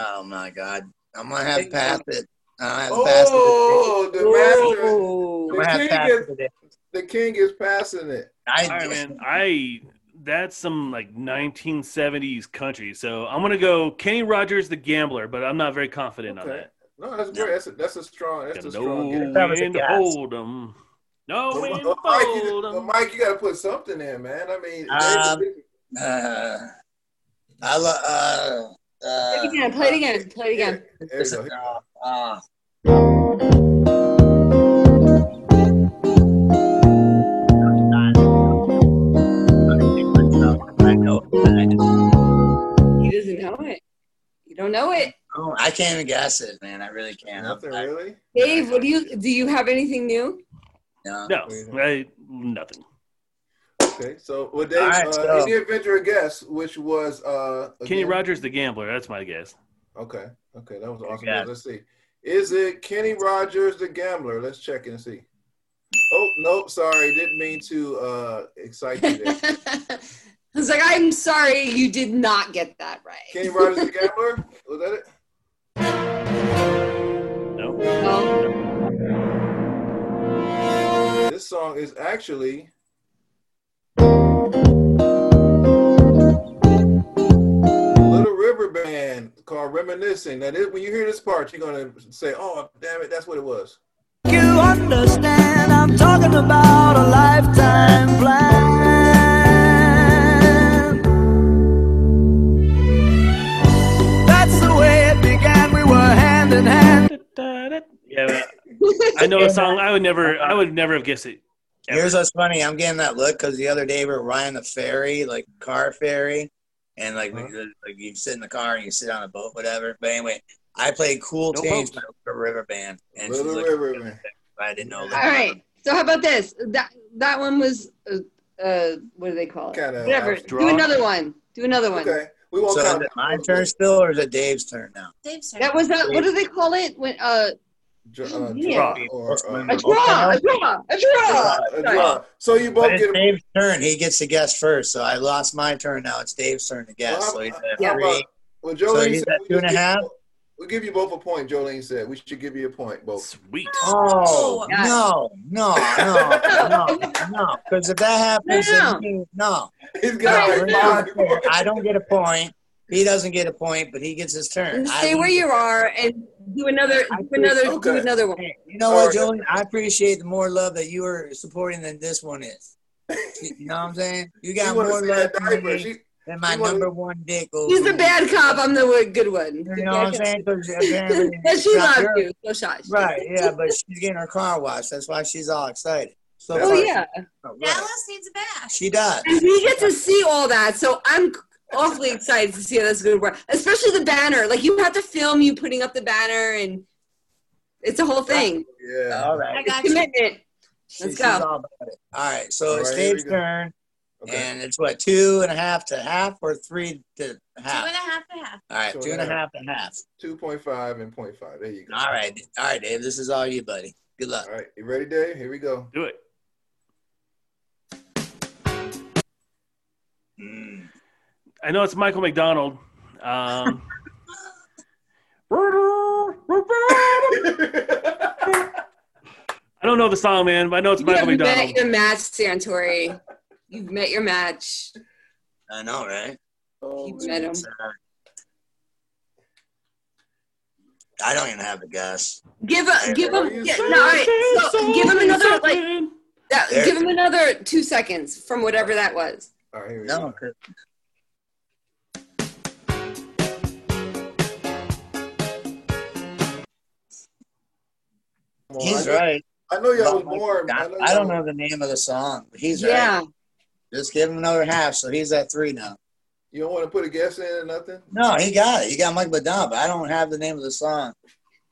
Oh my God! I'm gonna have to pass it. I'm gonna have to
Oh, the
pass it. I'm gonna have to
master.
pass it today.
The king is passing it.
I,
All right, man. I that's some like 1970s country. So I'm gonna go Kenny Rogers, the gambler, but I'm not very confident on
Okay.
that.
No, that's great. That's a, that's a strong. That's a
Got
strong. guess.
No
That was a
win to
guess.
hold 'em. No
But
win
Mike,
to
you,
fold
but
'em.
Mike, you got to put something in, man. I mean,
Um, Uh, I love. Uh,
Play it
uh,
again. Play it again. Play it again.
there you go.
uh, uh, Uh,
He doesn't know it. You don't know it.
oh, I can't even guess it, man. I really can't.
Nothing
I-
really.
Dave, what do you do? You have anything new?
no.
No, I, nothing.
Okay, so well, Dave,
All right,
uh,
so-
any adventure guess, which was uh,
Kenny
again-
Rogers, the gambler. That's my guess.
Okay, okay, that was awesome.
guess.
Let's see. Is it Kenny Rogers, the gambler? Let's check and see. Oh nope, sorry, didn't mean to uh, excite you.
[laughs]
There.
[laughs] I was like, I'm sorry, you did not get that
Kenny
right.
Rogers, the gambler. Was that it?
[laughs]
No.
Oh,
This song is actually. Little River Band called Reminiscing. Now, this, when you hear this part, you're going to say, oh, damn it, that's what it was.
You understand, I'm talking about a lifetime plan. That's the way it began, we were hand in hand.
Yeah,
[laughs]
but I know a song. I would never. I would never have guessed it.
Here's what's funny. I'm getting that look because the other day we were riding the ferry, like car ferry, and like
Uh-huh.
we- like you sit in the car and you sit on a boat, whatever. But anyway, I played "Cool
No
Change" by
boats.
Little River Band, and she's
Little
like,
River Band.
I didn't know.
All
all
that.
right. So how about this? That that one was uh, uh what do they call it?
Kinda
Whatever.
abstract.
Do another one. Do another one.
Okay. We won't
So is
count
it
that.
my turn still, or is it Dave's turn now?
Dave's turn.
That was that. What do they call it? When uh,
Dr- uh,
Yeah.
draw or, uh,
a draw, a draw, a draw.
a draw. So you both
But it's
get a.
Dave's turn. He gets to guess first, so I lost my turn. Now it's Dave's turn to guess.
Well,
so he's at
how
three.
about- Well, Jolene
he's
said
at
we
two and
just
a
give-
half?
We give you both a point. Jolene said we should give you a point both. [laughs]
Sweet.
Oh
Yeah.
no, no, no, no, no! Because if that happens,
No.
then you- no,
He's got
No,
like five
we're not
points.
fair. I don't get a point. He doesn't get a point, but he gets his turn. I
Stay where
lose.
you are and do another. Do another. Do
Okay.
another one.
Hey, you know what, Julian? I appreciate the more love that you are supporting than this one is. You know what I'm saying?
[laughs]
You
She
got
wanna
more
see
love
that
than,
diaper.
me
She-
than my
she wanna-
number one dick. old
He's the
dude.
bad cop. I'm the good one.
You know what I'm saying? 'Cause apparently-
[laughs] That [laughs] she
Now,
loves
you're-
you. So shy.
Right, yeah, but she's getting her car washed. That's why she's all excited. So
Oh
far,
yeah,
so good.
Dallas needs a bath.
She does.
and we get to see all that, so I'm awfully excited to see how that's going to work. Especially the banner. Like you have to film you putting up the banner, and it's a whole thing.
Yeah.
All
I
right.
It's
got you.
commitment.
She-
Let's
she's
go.
all about it. All right. So
All
it's
right, here
Dave's
we go.
turn,
Okay.
and it's what two and a half to half or three to
Two and a
half.
half to half.
All right,
Two
two
and
and
a
a half to half.
Two point five and 0.5. There you go.
All right, all right, Dave. This is all you, buddy. Good luck.
All right. You ready, Dave? Here
[laughs]
we go.
Do it.
Mm.
I know it's Michael McDonald. Um, I don't know the song, man, but I know it's
You
Michael
have
McDonald.
met your match, Santori. You've met your match.
I know, right?
Oh,
You've met him.
It's, uh, I don't even have a guess.
Give a, give
Are
him.
you
Yeah, no, all right. So give him another like that,
There.
give him another two seconds from whatever that was.
All right. Here we
No,
go.
'cause-
Come on.
he's
I know-
right.
I know y'all was
Michael
warm.
I,
know
I don't
y'all-
know the name of the song, but he's right.
yeah.
Just give him another half, so he's at three now.
You don't want to put a guess in or nothing?
No, he got it. He got Mike Madonna, but I don't have the name of the song.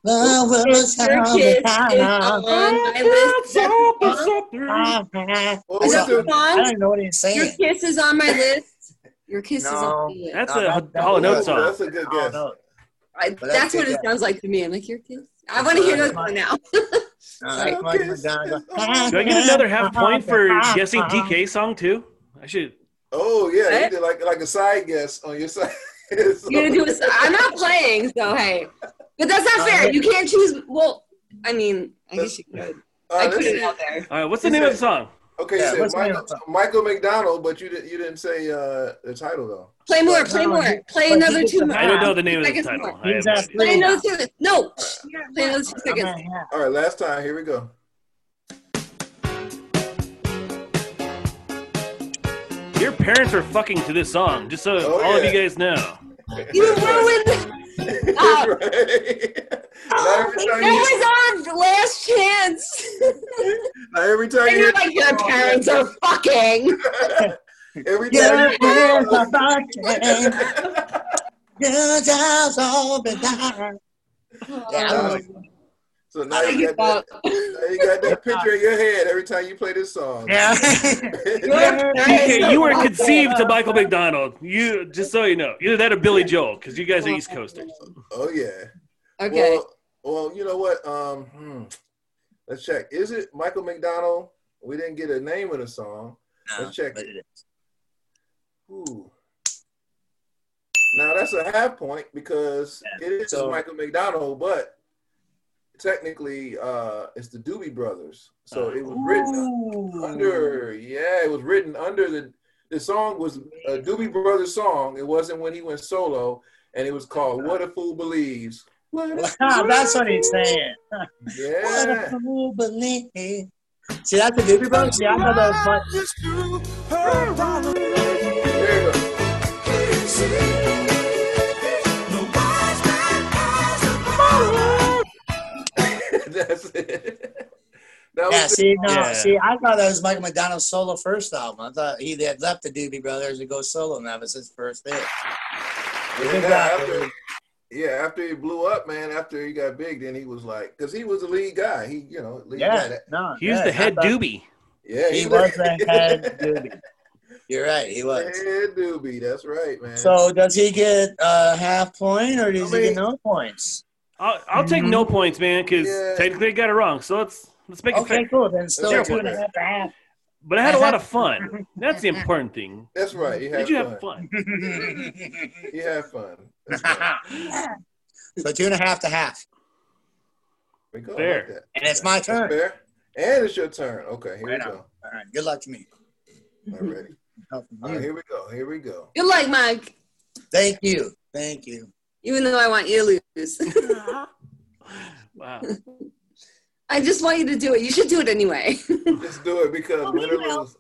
Love will
Your
tell
kiss
me
is on
how
my
[laughs]
list.
I
Well,
I
we
That's all-
know
do-
the
don't
song.
even know what he's
Your
saying.
kiss is on my list. [laughs] Your kiss is on my
No.
list.
That's
No,
a
that- that
Hall
was-
and Oates song.
That's a good
I
guess.
don't know.
I,
that's
that's what
good,
it
yeah.
sounds like to me. I'm like your kiss. I want to hear that one now.
No, that's Mike
Okay, it's-
Madonna. [laughs]
it's-
Do I get another half point
[laughs]
for guessing DK song too? I should.
Oh yeah, you
What?
did like like a side guess on your [laughs] side.
You're gonna do a, I'm not playing, so hey. But that's not fair. You can't choose. Well, I mean, I guess you could. I put it out there.
All right, uh, what's the name of the song?
Okay,
Yeah,
you
what's
said
the name
Michael,
of the
Michael McDonald, but you didn't you didn't say uh, the title though.
Play more. Play more. Play
But he
another
gets
two
the
more.
I don't know the name of the
Seconds
title.
more.
I have
He's
no
at
idea.
Play
three now.
another two. No.
You're at
Play another two
I'm
seconds.
at half.
All right, last time. Here we go.
Your parents are fucking to this song, just so
Oh,
all of
yeah.
you guys know.
You ruined.
That's
Oh.
[laughs] right. Now every time you-
That was our last [laughs] chance.
now every time
And
you
you're like your parents are fucking.
every
Your
time you-
hands are barking.
[laughs]
Your jaws open wide.
Oh.
Yeah, I don't know.
so now you
[laughs]
got that, now you got that picture in your head every time you play this song. [laughs]
Yeah.
Okay, you were conceived to Michael McDonald. You just so you know, either that or Billy Joel, because you guys are East Coasters.
oh yeah.
Okay.
Well, well, you know what? Um, hmm. let's check. Is it Michael McDonald? We didn't get a name of the song.
No,
check
but it is.
Ooh. Now that's a half point because it is
so-
Michael McDonald, but technically uh, it's the Doobie Brothers.
Uh,
So it was written under. Yeah, it was written under the. The song was a Doobie Brothers song. It wasn't when he went solo, and it was called "What a Fool Believes."
Wow, that's what he's saying. What
Yeah.
a fool believe. See, that's the Doobie Brothers. See, I know those. But
There you go. [laughs] That's it. That
yeah,
was it.
see, no,
Yeah.
see, I thought that was Michael McDonald's solo first album. I thought he had left the Doobie Brothers to go solo, and that was his first hit.
yeah, after, yeah, after he blew up, man. After he got big, then he was like, because he was the lead guy. He, you know, lead guy.
Yeah,
That-
no,
He was
yeah,
the
I
head
thought-
doobie.
Yeah,
He was the
[laughs]
head [laughs] doobie. You're right, he was.
Head doobie. That's right, man.
So does he get a half point or does
I
he
mean-
get no points?
I'll, I'll take no points, man, because
Mm-hmm. Yeah.
technically I got it wrong. So let's let's make it
Okay,
fair.
cool. Then still
Zero
two and a
points.
half to half.
But I had a lot of fun. That's the
[laughs]
important thing.
that's right. You
Did
had
you
fun.
have fun?
[laughs] You had fun.
[laughs]
That's right.
so two and a half to half.
We go. I
Fair.
like that.
And it's my
That's
turn.
fair. And it's your turn. Okay, here
Right
we
on.
go.
All right, good luck to me.
All
[laughs]
right. All right, here we go. Here we go.
Good luck, Mike.
Thank you. Thank you.
Even though I want you to lose. [laughs]
[laughs] Wow.
I just want you to do it. You should do it anyway. [laughs]
Let's do it because
Oh, we
win or
will.
lose.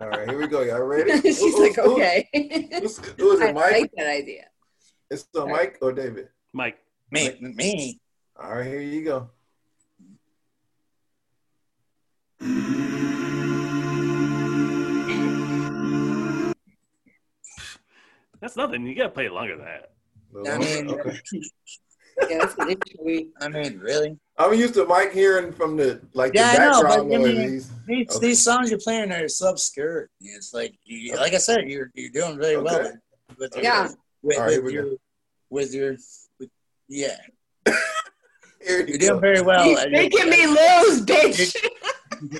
All right, here we go. Y'all ready?
[laughs] She's
Who-
like,
who-
okay.
Who's, who is
[laughs] I
it, Mike?
like that idea.
It's the Mike or David?
Mike.
Me, me.
All right, here you go.
That's nothing. You gotta play it longer than that.
I mean,
Okay.
Yeah, that's an issue. We-
I mean, really?
I'm used to Mike hearing from the like the
Yeah, I know,
background
but I mean-
noises.
These,
Okay.
these songs you're playing are so obscure. It's like, you, like I said, you're you're doing very well
Okay.
with, with
Yeah.
your, with,
All right, here
with,
we
your, with your, with, yeah,
Here you
you're
go. [laughs]
doing very well.
He's
at your-
making me lose, bitch. [laughs]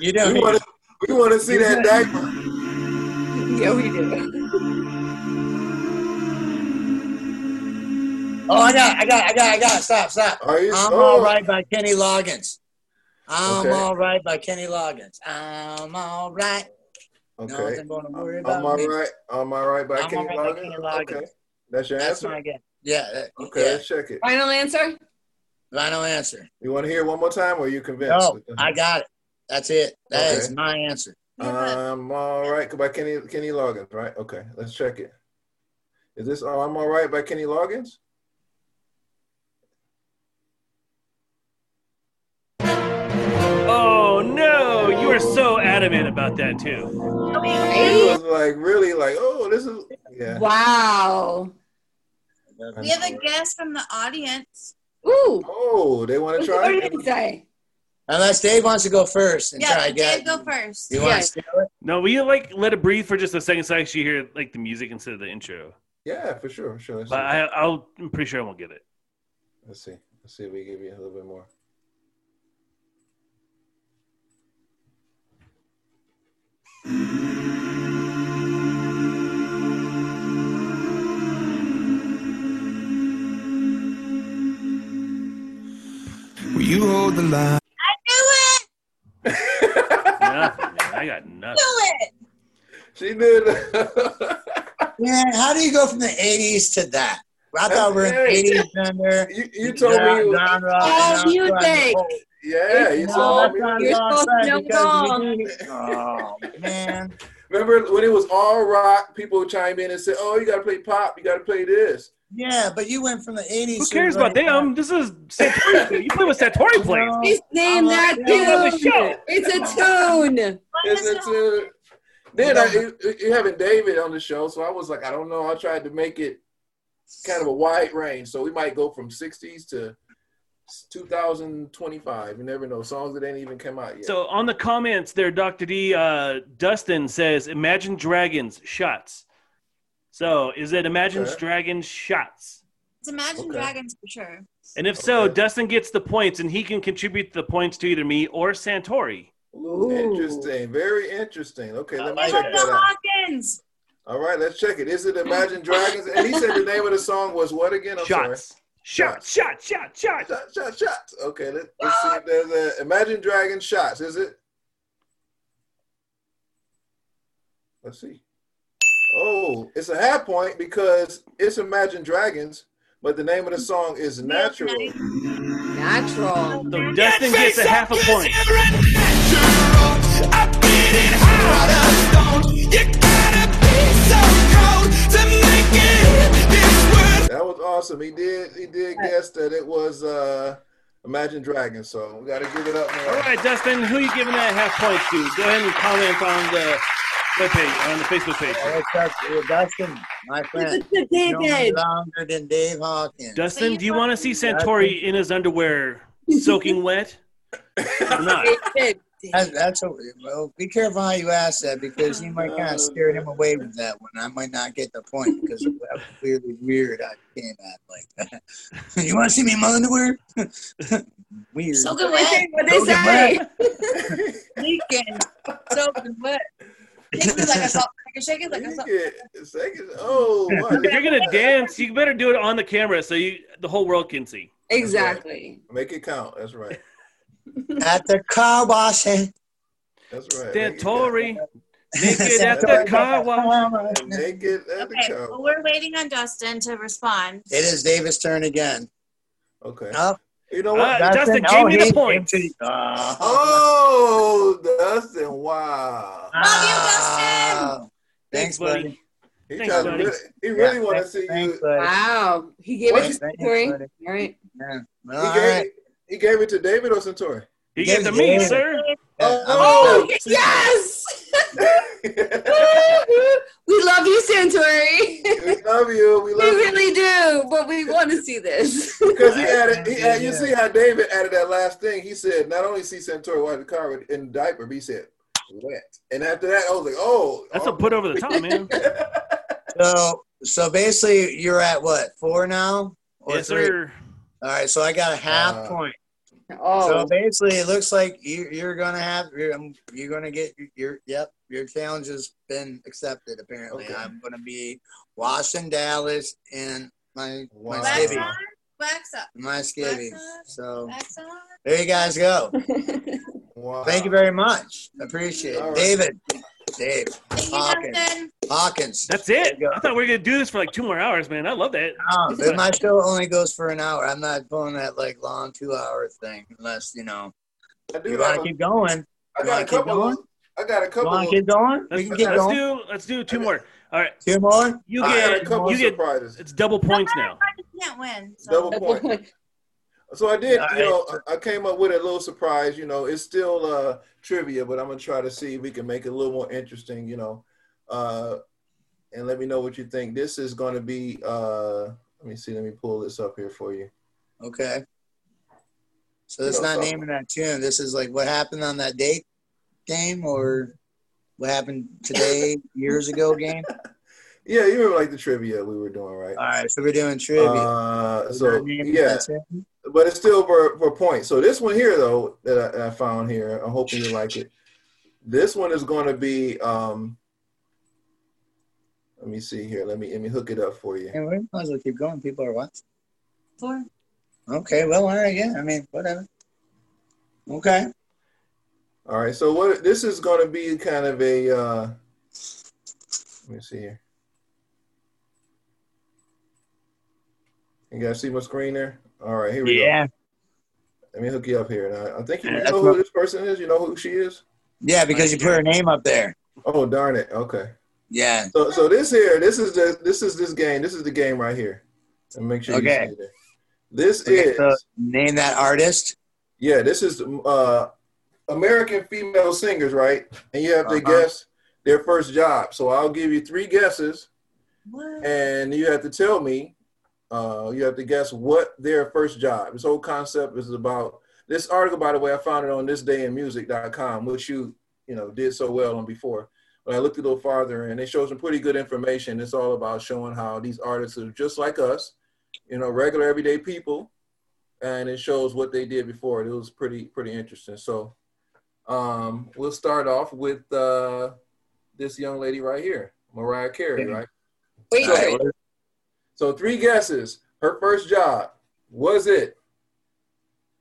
You're doing.
We want to we want to see that diaper.
yeah, we do.
Oh, I got, I got, I got, I got. Stop, stop.
Are you?
I'm
oh,
all right by Kenny Loggins. I'm
Okay.
all right by Kenny Loggins. I'm all right.
Okay.
Nothing gonna worry about
I'm all
me.
right. I'm all right by
I'm
Kenny
all right by Kenny
Loggins.
Loggins.
Okay. That's your
That's
answer.
my guess. Yeah. that-
Okay,
yeah.
let's check it.
Final answer?
Final answer.
You want to hear it one more time, or are you convinced?
No, I got it. That's it. That is
Okay.
my answer.
I'm all right by Kenny Kenny Loggins, right? Okay, let's check it. Is this oh, I'm all right by Kenny Loggins?
Oh no, you are so adamant about that too.
He was like really like, oh, this is [laughs] yeah.
Wow.
We have a guest from the audience.
Ooh.
Oh, they
[laughs]
want to
What
try.
did it say?
Unless Dave wants to go first and
Yeah,
try
Dave,
again.
go first.
You want
Yeah.
to steal it?
No, will you like let it breathe for just a second so I actually hear like the music instead of the intro?
Yeah, for sure. Sure. Let's see.
But I, I'll, I'm pretty sure I won't get it.
let's see. Let's see if we give you a little bit more.
Will you hold the line?
I knew it.
Nothing, man. I got nothing.
Knew it.
[laughs] she did. [laughs]
Yeah, how do you go from the 80s to that? I thought we are in the 80s gender.
you, you told me. You,
genre,
Oh,
and I'm
music.
trying to-
yeah, you
No,
told
that's
me.
not
You're
wrong
so
side
no
because
wrong.
we- Oh, man.
Remember when it was all rock? People would chime in and say, "Oh, you gotta play pop. You gotta play this."
Yeah, but you went from the 80s.
Who
to
cares about
right now.
them? This is Satori. You play with
[laughs]
Satori plays.
No,
Just name
I'm
that
like,
You Oh, have a
dude.
show.
It's a tune.
What
It's
was
it's
the-
a- then I, you- you having David on the show, so I was like, I don't know. I tried to make it kind of a wide range, so we might go from '60s to 2025. You never know. Songs that ain't even come out yet.
So on the comments there, Dr. D, uh, Dustin says, Imagine Dragons shots. So is it Imagine
Okay.
Dragons shots?
It's Imagine
Okay.
Dragons for sure.
And if so,
Okay.
Dustin gets the points and he can contribute the points to either me or Santori.
Ooh.
interesting. Very interesting. Okay, let
I
me
like
Give
check
him
it.
the
that out.
Hawkins.
All right, let's check it. Is it Imagine Dragons? And he said the name of the song was what again? I'm sorry.
Shots. Shots, shots, shots, shots.
Shot, shot, shots. Okay, let, let's see if there's a Imagine Dragon shots. Is it? Let's see. Oh, it's a half point because it's Imagine Dragons, but the name of the song is Natural.
Natural.
So Dustin gets a half a point.
That was awesome. He did. He did guess that it was uh, Imagine Dragons. So we got to give it up. man.
All right, Dustin, who you giving that half point to? Go ahead and comment on the webpage, on the Facebook page.
Oh, Dustin- Dustin, my friend.
It's a David.
No longer than Dave Hawkins.
Dustin,
So you
do you want to see Santori in his underwear soaking wet?
[laughs]
or not?
David.
That, that's a, well, be careful how you ask that because you might kind of steer him away with that one. I might not get the point because of how clearly weird I came at like that. [laughs] you want to see me in my underwear? [laughs] weird.
So good
What
wet.
they, what they say?
[laughs] Leaking. So good wet. Shake it like I saw. Shake it like I saw.
Second, second. Oh,
[laughs]
what?
If you're gonna dance, you better do it on the camera so you the whole world can see.
Exactly.
make it count. That's right.
at the car wash. [laughs] eh?
That's right. Make it count.
Santori, naked at the car wash.
It
Naked at the
Okay,
couch.
well, we're waiting on Dustin to respond.
is Davis' turn again.
Okay.
Oh,
You know what?
Uh, Dustin, give me the
he-
point.
he- oh.
oh, Dustin! Wow.
Ah. Thanks,
Thanks, buddy.
buddy.
He,
Thanks,
tried to
buddy.
really, he really
Yeah,
want to
thanks-
see
thanks,
you.
buddy.
Wow. He gave it
Thanks,
to Santori.
buddy.
All right.
Yeah.
He
All
gave,
right.
[laughs]
he gave it to David or Centauri.
You get to me, sir.
Oh, yes! [laughs] we love you, Santori. [laughs]
we love you. We
We
love
[laughs]
you.
really do, but we want to see this.
Because he added, he added, you see how David added that last thing. He said, not only see Santori wiping the car with- in diaper, but he said, wet. And after that, I was like, oh.
That's
oh.
a put over the top,
[laughs]
man.
So, so basically, you're at what four now? Or
yes,
three?
sir.
All right, so I got a half
Uh,
point. So
Oh,
basically, it looks like you, you're gonna have you're, um, you're gonna get your yep your challenge has been accepted. Apparently,
Okay.
I'm gonna be washing Dallas and my my
Wow.
Wax
skivvy
on, wax up,
my skivvy.
That's-
So
wax on.
there you guys go.
Wow.
Thank you very much. Appreciate it,
All right.
David. Dave
Thank you,
Hawkins.
Justin.
Hawkins.
That's it.
you go.
I thought we were gonna do this for like two more hours, man. I love that.
Um, but my show only goes for an hour. I'm not pulling that like long two hour thing unless you know
I, do
you
have
want
a-
to keep going.
I
wanna
got a
keep
couple.
going?
Of, I got a
You
couple.
want
Of,
to keep going? We
Let's,
can keep
let's
going.
do let's do two more. All right,
Two more.
you
I got a
get
couple
you
of
get
surprises.
it's double points now.
You can't win. So.
Double point. So I did,
All
you know, I I came up with a little surprise. You know, it's still uh, trivia, but I'm gonna try to see if we can make it a little more interesting. You know, uh, and let me know what you think. This is gonna be. Uh, let me see. Let me pull this up here for you.
Okay. So that's
You know
not
something.
naming that tune. This is like what happened on that date game or what happened today years ago game.
Yeah, you remember like the trivia we were doing, right?
All right, so we're doing trivia.
Uh,
We're
so
not naming
yeah,
that tune?
but it's still for, for points. So this one here, though, that I, that I found here, I'm hoping you like it. This one is going to be. Um, let me see here. Let me let me hook it up for you.
And we might as well keep going. People are watching.
Four.
Okay, well, all right, yeah. I mean, whatever. Okay.
All right. So what this is going to be kind of a. Uh, let me see here. You guys see my screen there? All right. Here we go. Let me hook you up here. And I, I think you
Yeah,
know
that's
who
what-
this person is. You know who she is?
Yeah, because you put her name up there.
Oh darn it. Okay.
Yeah.
So, so this here, this is the this is this game. This is the game right here. And make sure
Okay.
you see it. This
Okay,
is
so name that artist.
yeah, this is uh American female singers, right? And you have to
Uh-huh.
guess their first job. So I'll give you three guesses,
What?
and you have to tell me. Uh, you have to guess what their first job. This whole concept is about. This article, by the way, I found it on thisdayinmusic.com, which you you know did so well on before. But I looked a little farther, and it shows some pretty good information. It's all about showing how these artists are just like us, you know, regular everyday people, and it shows what they did before. It was pretty pretty interesting. So um, we'll start off with uh, this young lady right here, Mariah Carey,
Yeah.
right?
wait for
Alright,
it.
well, So three guesses. Her first job was it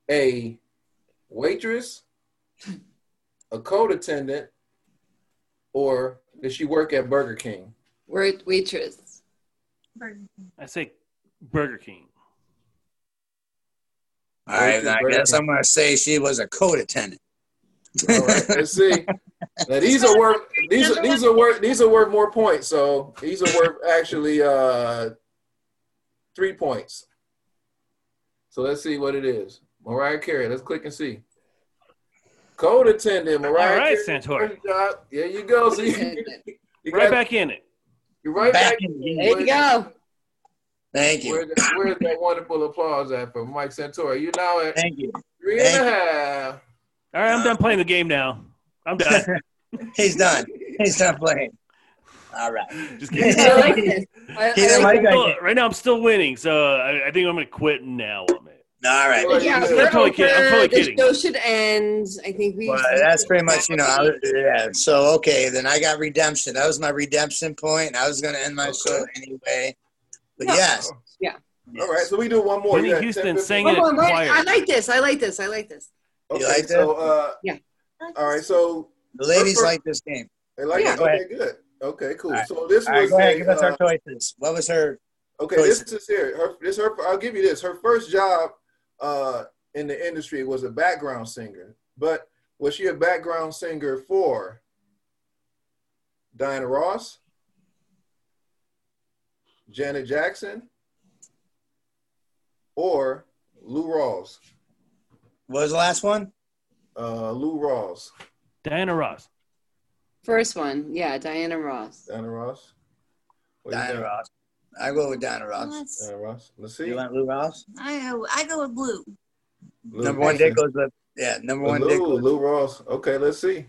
a waitress, a code attendant, or did she work at Burger King?
Wait- Waitress.
I say Burger King.
All right, I guess I'm going to say she was a code attendant.
All right, let's see. Now these are worth these are, these are worth these are worth more points. So these are worth actually uh, three points. So let's see what it is. Mariah Carey. Let's click and see. Code attendant. Mariah
All right,
Carey.
Santor.
Good job. There you go. So you,
There
you
Right
got,
back in it.
You're right back.
Back in the game.
you go.
Thank you.
Where's that, where's that wonderful applause at for Mike Santori? You're now at
Thank you.
three and a
Thank
half.
All right, I'm done playing the game now. I'm done. [laughs]
He's done. He's done playing. All right.
Just
He
kidding.
I like this. I,
didn't
I like
like that
Still-
game.
right now, I'm still winning, so I, I think I'm gonna quit now. On it.
All right.
Well,
Yeah,
I'm
we're
totally kidding. I'm
over.
totally
the
kidding.
show should end. I think we.
Well, that's pretty much, you know, I, yeah. So, okay, then I got redemption. That was my redemption point. I was going to end my
Okay.
show anyway. But
No.
yes.
Yeah.
All right, so we do one more.
Whitney
You got
Houston
10, 15.
sang
Come
it.
on, wait,
Choir.
Oh, I like this. I like this. I like this.
Okay,
You like that?
so uh, all right, so
The ladies like this game.
They like
Yeah.
it.
Go
Okay,
ahead.
good. Okay, cool.
All right.
So this
All right,
was
go ahead.
a,
Give us
uh,
our choices. What was her?
okay.
choices.
This is here. Her, this her. I'll give you this. Her first job uh, in the industry was a background singer, but was she a background singer for Diana Ross, Janet Jackson, or Lou Rawls?
What was the last one?
uh, Lou Rawls.
Diana Ross.
First one, yeah, Diana Ross.
Diana Ross. What do you
Diana
think?
Ross. I go with Diana Ross.
Let's-
Diana Ross. Let's see.
You want Lou Ross?
I go. I go with blue.
Lou-
number one dick goes with yeah. Number one dick.
Lou,
goes-
Lou Ross. Okay, let's see.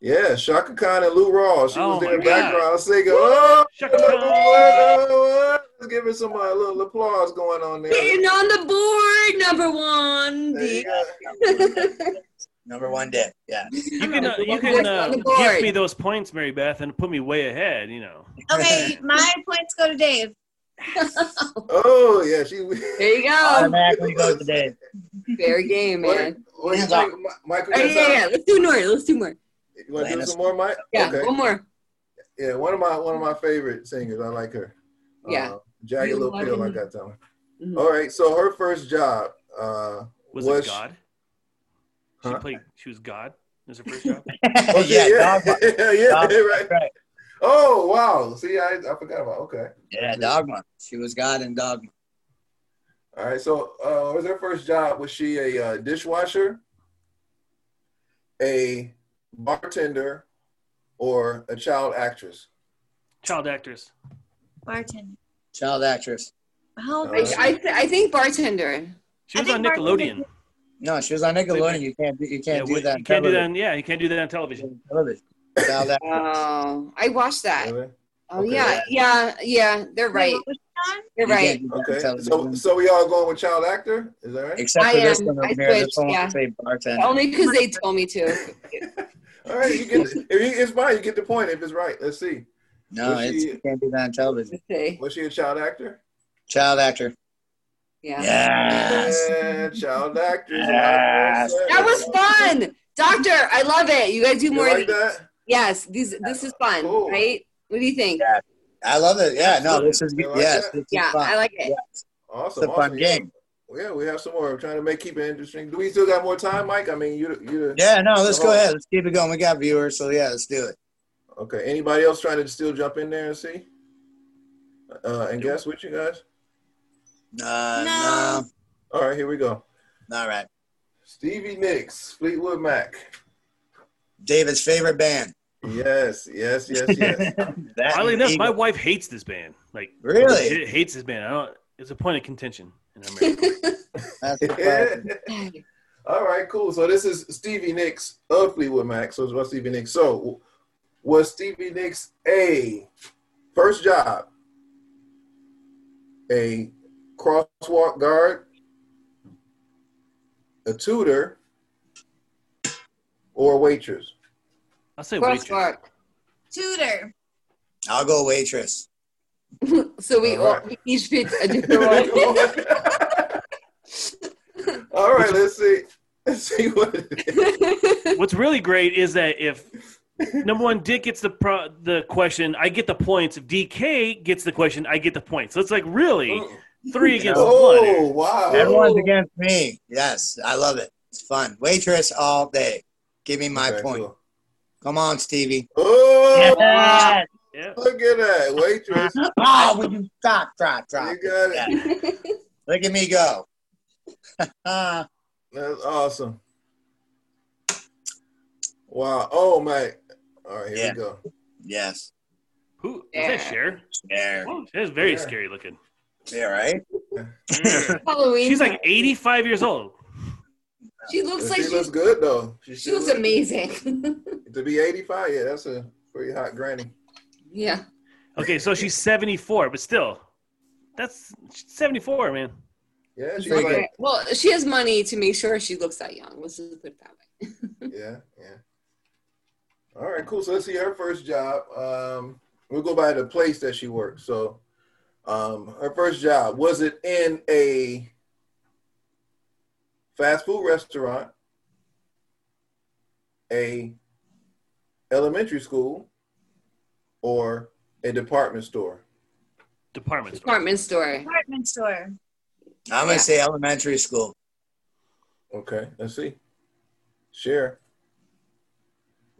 Yeah, Shaka Khan and Lou Ross. She
Oh
was there
my
in the
God.
background singing. Oh,
Shaka
look
Khan.
at what, oh, Let's give her some uh, little applause going on there.
Getting on the board, number one.
There you
The-
go.
Number one dick.
[laughs]
Yeah.
You can, uh,
the
you
one
can
voice
uh,
on the board.
give me those points, Mary Beth, and put me way ahead, you know.
Okay, my points go to Dave.
[laughs]
Oh yeah, she. [laughs]
There you go.
Automatically goes to
[laughs]
Dave.
Fair game,
What,
man.
what do you
Hands off.
think, Mi- Michael?
Oh, yeah, yeah, yeah. Let's do more. Let's do more.
You want to do
Lannis.
some more, Mike?
Yeah,
Okay.
one more.
Yeah, one of my one of my favorite singers. I like her.
Yeah.
Uh, Jagged
You
Little
love
Pill. I
him.
got that one.
Mhm.
All right. So her first job. Uh,
Was
Was-
it God? She
huh?
played. She was God. Was her first
[laughs]
job?
Oh,
yeah.
yeah,
Dog,
yeah, [laughs] yeah,
Dog-
right.
that's right.
Oh wow! See, I, I forgot about. Okay,
Yeah, Dogma. She was God in Dogma.
all right. So, uh, was her first job? Was she a uh, dishwasher, a bartender, or a child actress?
Child actress.
Bartender.
Child actress.
How
Uh,
I, I, th- I think bartender.
She
I
was on
think Martin
Nickelodeon.
No, she was on Nickelodeon. You can't. do- You
Yeah,
can't do
wait,
that.
you can't do that. On, yeah, you can't do that on television.
on television.
[laughs] Uh,
Child actress.
Oh, I watched that.
Really?
Oh
Okay.
yeah, yeah, yeah. They're right.
What was she on?
You're
You
right.
can't do that on
Okay. So,
television.
so we all going with child actor? Is that right?
Except
I
for this
am-
one
I
over here. This
switched,
one
yeah. Oh.
would say bartender.
Only because they told me to.
All right.
[laughs]
You get. if you, it's fine. You get the point. If it's right, let's see.
No,
Was
it's,
she-
you can't do that on television.
Let's see.
Was she a child actor?
Child actor.
Yeah.
Yes.
Yeah, child actress.
Yes.
That was fun, Doctor. I love it. You guys do
You
more. of
like
these.
that?
Yes, these. This is fun,
Cool.
right? What do you think?
Yeah. I love it. Yeah. No, this is
You like
yes.
that?
This is
Yeah,
fun.
I like it.
Awesome.
It's a fun
awesome.
game.
Yeah, we have some more. We're trying to make keep it interesting. Do we still got more time, Mike? I mean, you, you.
Yeah. No, let's go
Oh.
ahead. Let's keep it going. We got viewers, so yeah, let's do it.
Okay. Anybody else trying to still jump in there and see? Uh, and guess what, you guys?
No,
No.
no.
All right, here we go.
All right.
Stevie Nicks, Fleetwood Mac.
David's favorite band.
Yes, yes, yes, yes.
[laughs] That
Oddly
and
enough, my
Eagles.
wife hates this band. Like
really?
legit hates this band. I don't. It's a point of contention in
[laughs]
America.
That's [laughs]
[laughs]
surprising.
[sighs]
All right, cool. So this is Stevie Nicks of Fleetwood Mac. So it's about Stevie Nicks. So was Stevie Nicks a first job, a crosswalk guard, a tutor, or a waitress?
I'll say waitress.
Crosswalk.
[laughs]
Tutor.
I'll go waitress.
So we
All
all,
right.
we [laughs] each picked a
All [laughs]
different one.
right, let's see. Let's see what. It is.
What's really great is that if number one Dick gets the pro- the question, I get the points. If DK gets the question, I get the points. So it's like really
[laughs]
three against one.
Oh
here.
wow!
Everyone's against me. Yes, I love it. It's fun. Waitress all day. Give me my
Okay,
point.
cool.
Come on, Stevie.
Oh,
Yes.
Yeah.
look at that waitress.
Oh, would you stop, drop, drop.
You got it.
Look at me go. [laughs] That's
That's awesome. Wow. Oh my. All right, here
Yeah.
we go.
yes.
Who is that? Cher.
There.
That's very
Cher.
scary looking.
Yeah, right?
[laughs] Halloween.
She's like 85 years old.
She looks like
she
she,
looks good though. She,
she
still
looks
looks-
amazing. [laughs]
To be 85, yeah, that's a pretty hot granny.
yeah.
Okay, so she's 74, but still, that's she's 74, man.
Yeah, she's
pretty
like,
Well, she has money to make sure she looks that young. Let's just put it that way.
yeah, yeah. All right, cool. So let's see her first job. Um, we'll go by the place that she worked. So, um, her first job was it in a fast food restaurant, a elementary school, or a department store?
Department store.
Department store.
Department store.
I'm going to say elementary school.
Okay, let's see. Share.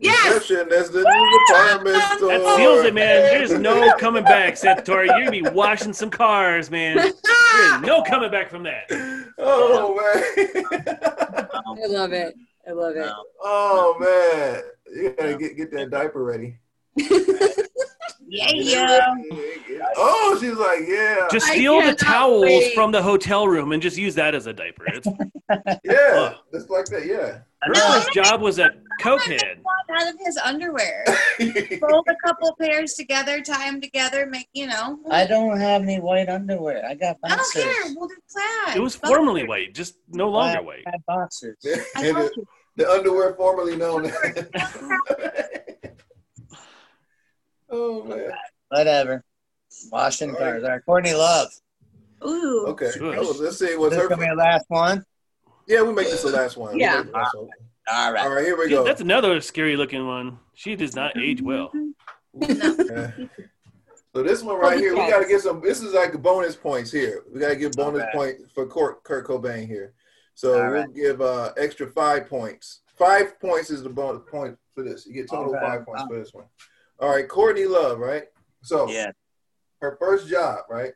Yes.
Reception, that's the new department store.
That seals it, man. There's no coming back, Santori. You're gonna be washing some cars, man. There's no coming back from that.
Oh man. [laughs]
I love it. I love it.
No.
oh man. You gotta get, get that diaper ready.
Yeah,
Get it
yeah.
ready. Oh, she's like, yeah.
Just
I
steal the
cannot
towels
wait.
from the hotel room and just use that as a diaper.
[laughs]
It's,
[laughs]
uh,
yeah. Just like that, yeah.
Grandma's job was a cokehead.
Out of his underwear. Fold a couple pairs together, tie them together, make, you know.
I don't have any white underwear. I got
I don't
boxers.
care. We'll do plaid.
It was formerly white, just no longer white.
I got boxers.
I
[laughs] And
love
the,
you.
the underwear formerly known as. [laughs] oh man.
Whatever. Washing cars. All right, Courtney Love.
Ooh.
Okay.
Sure.
Oh, let's see what's
this
her.
gonna be the last one.
Yeah, we make this the last one. We
Yeah.
make it the last one.
All right.
All right, here we
Dude,
go.
that's another scary looking one. She does not
[laughs]
age well.
[laughs] Yeah. So this one right here, we gotta get some. This is like bonus points here. We gotta give bonus
Okay.
point for Kurt, Kurt Cobain here. So
All
we'll
right.
give uh, extra five points. Five points is the bonus point for this. You get total
All right.
five points for this one. All right, Courtney Love, right? So
Yeah.
her first job, right?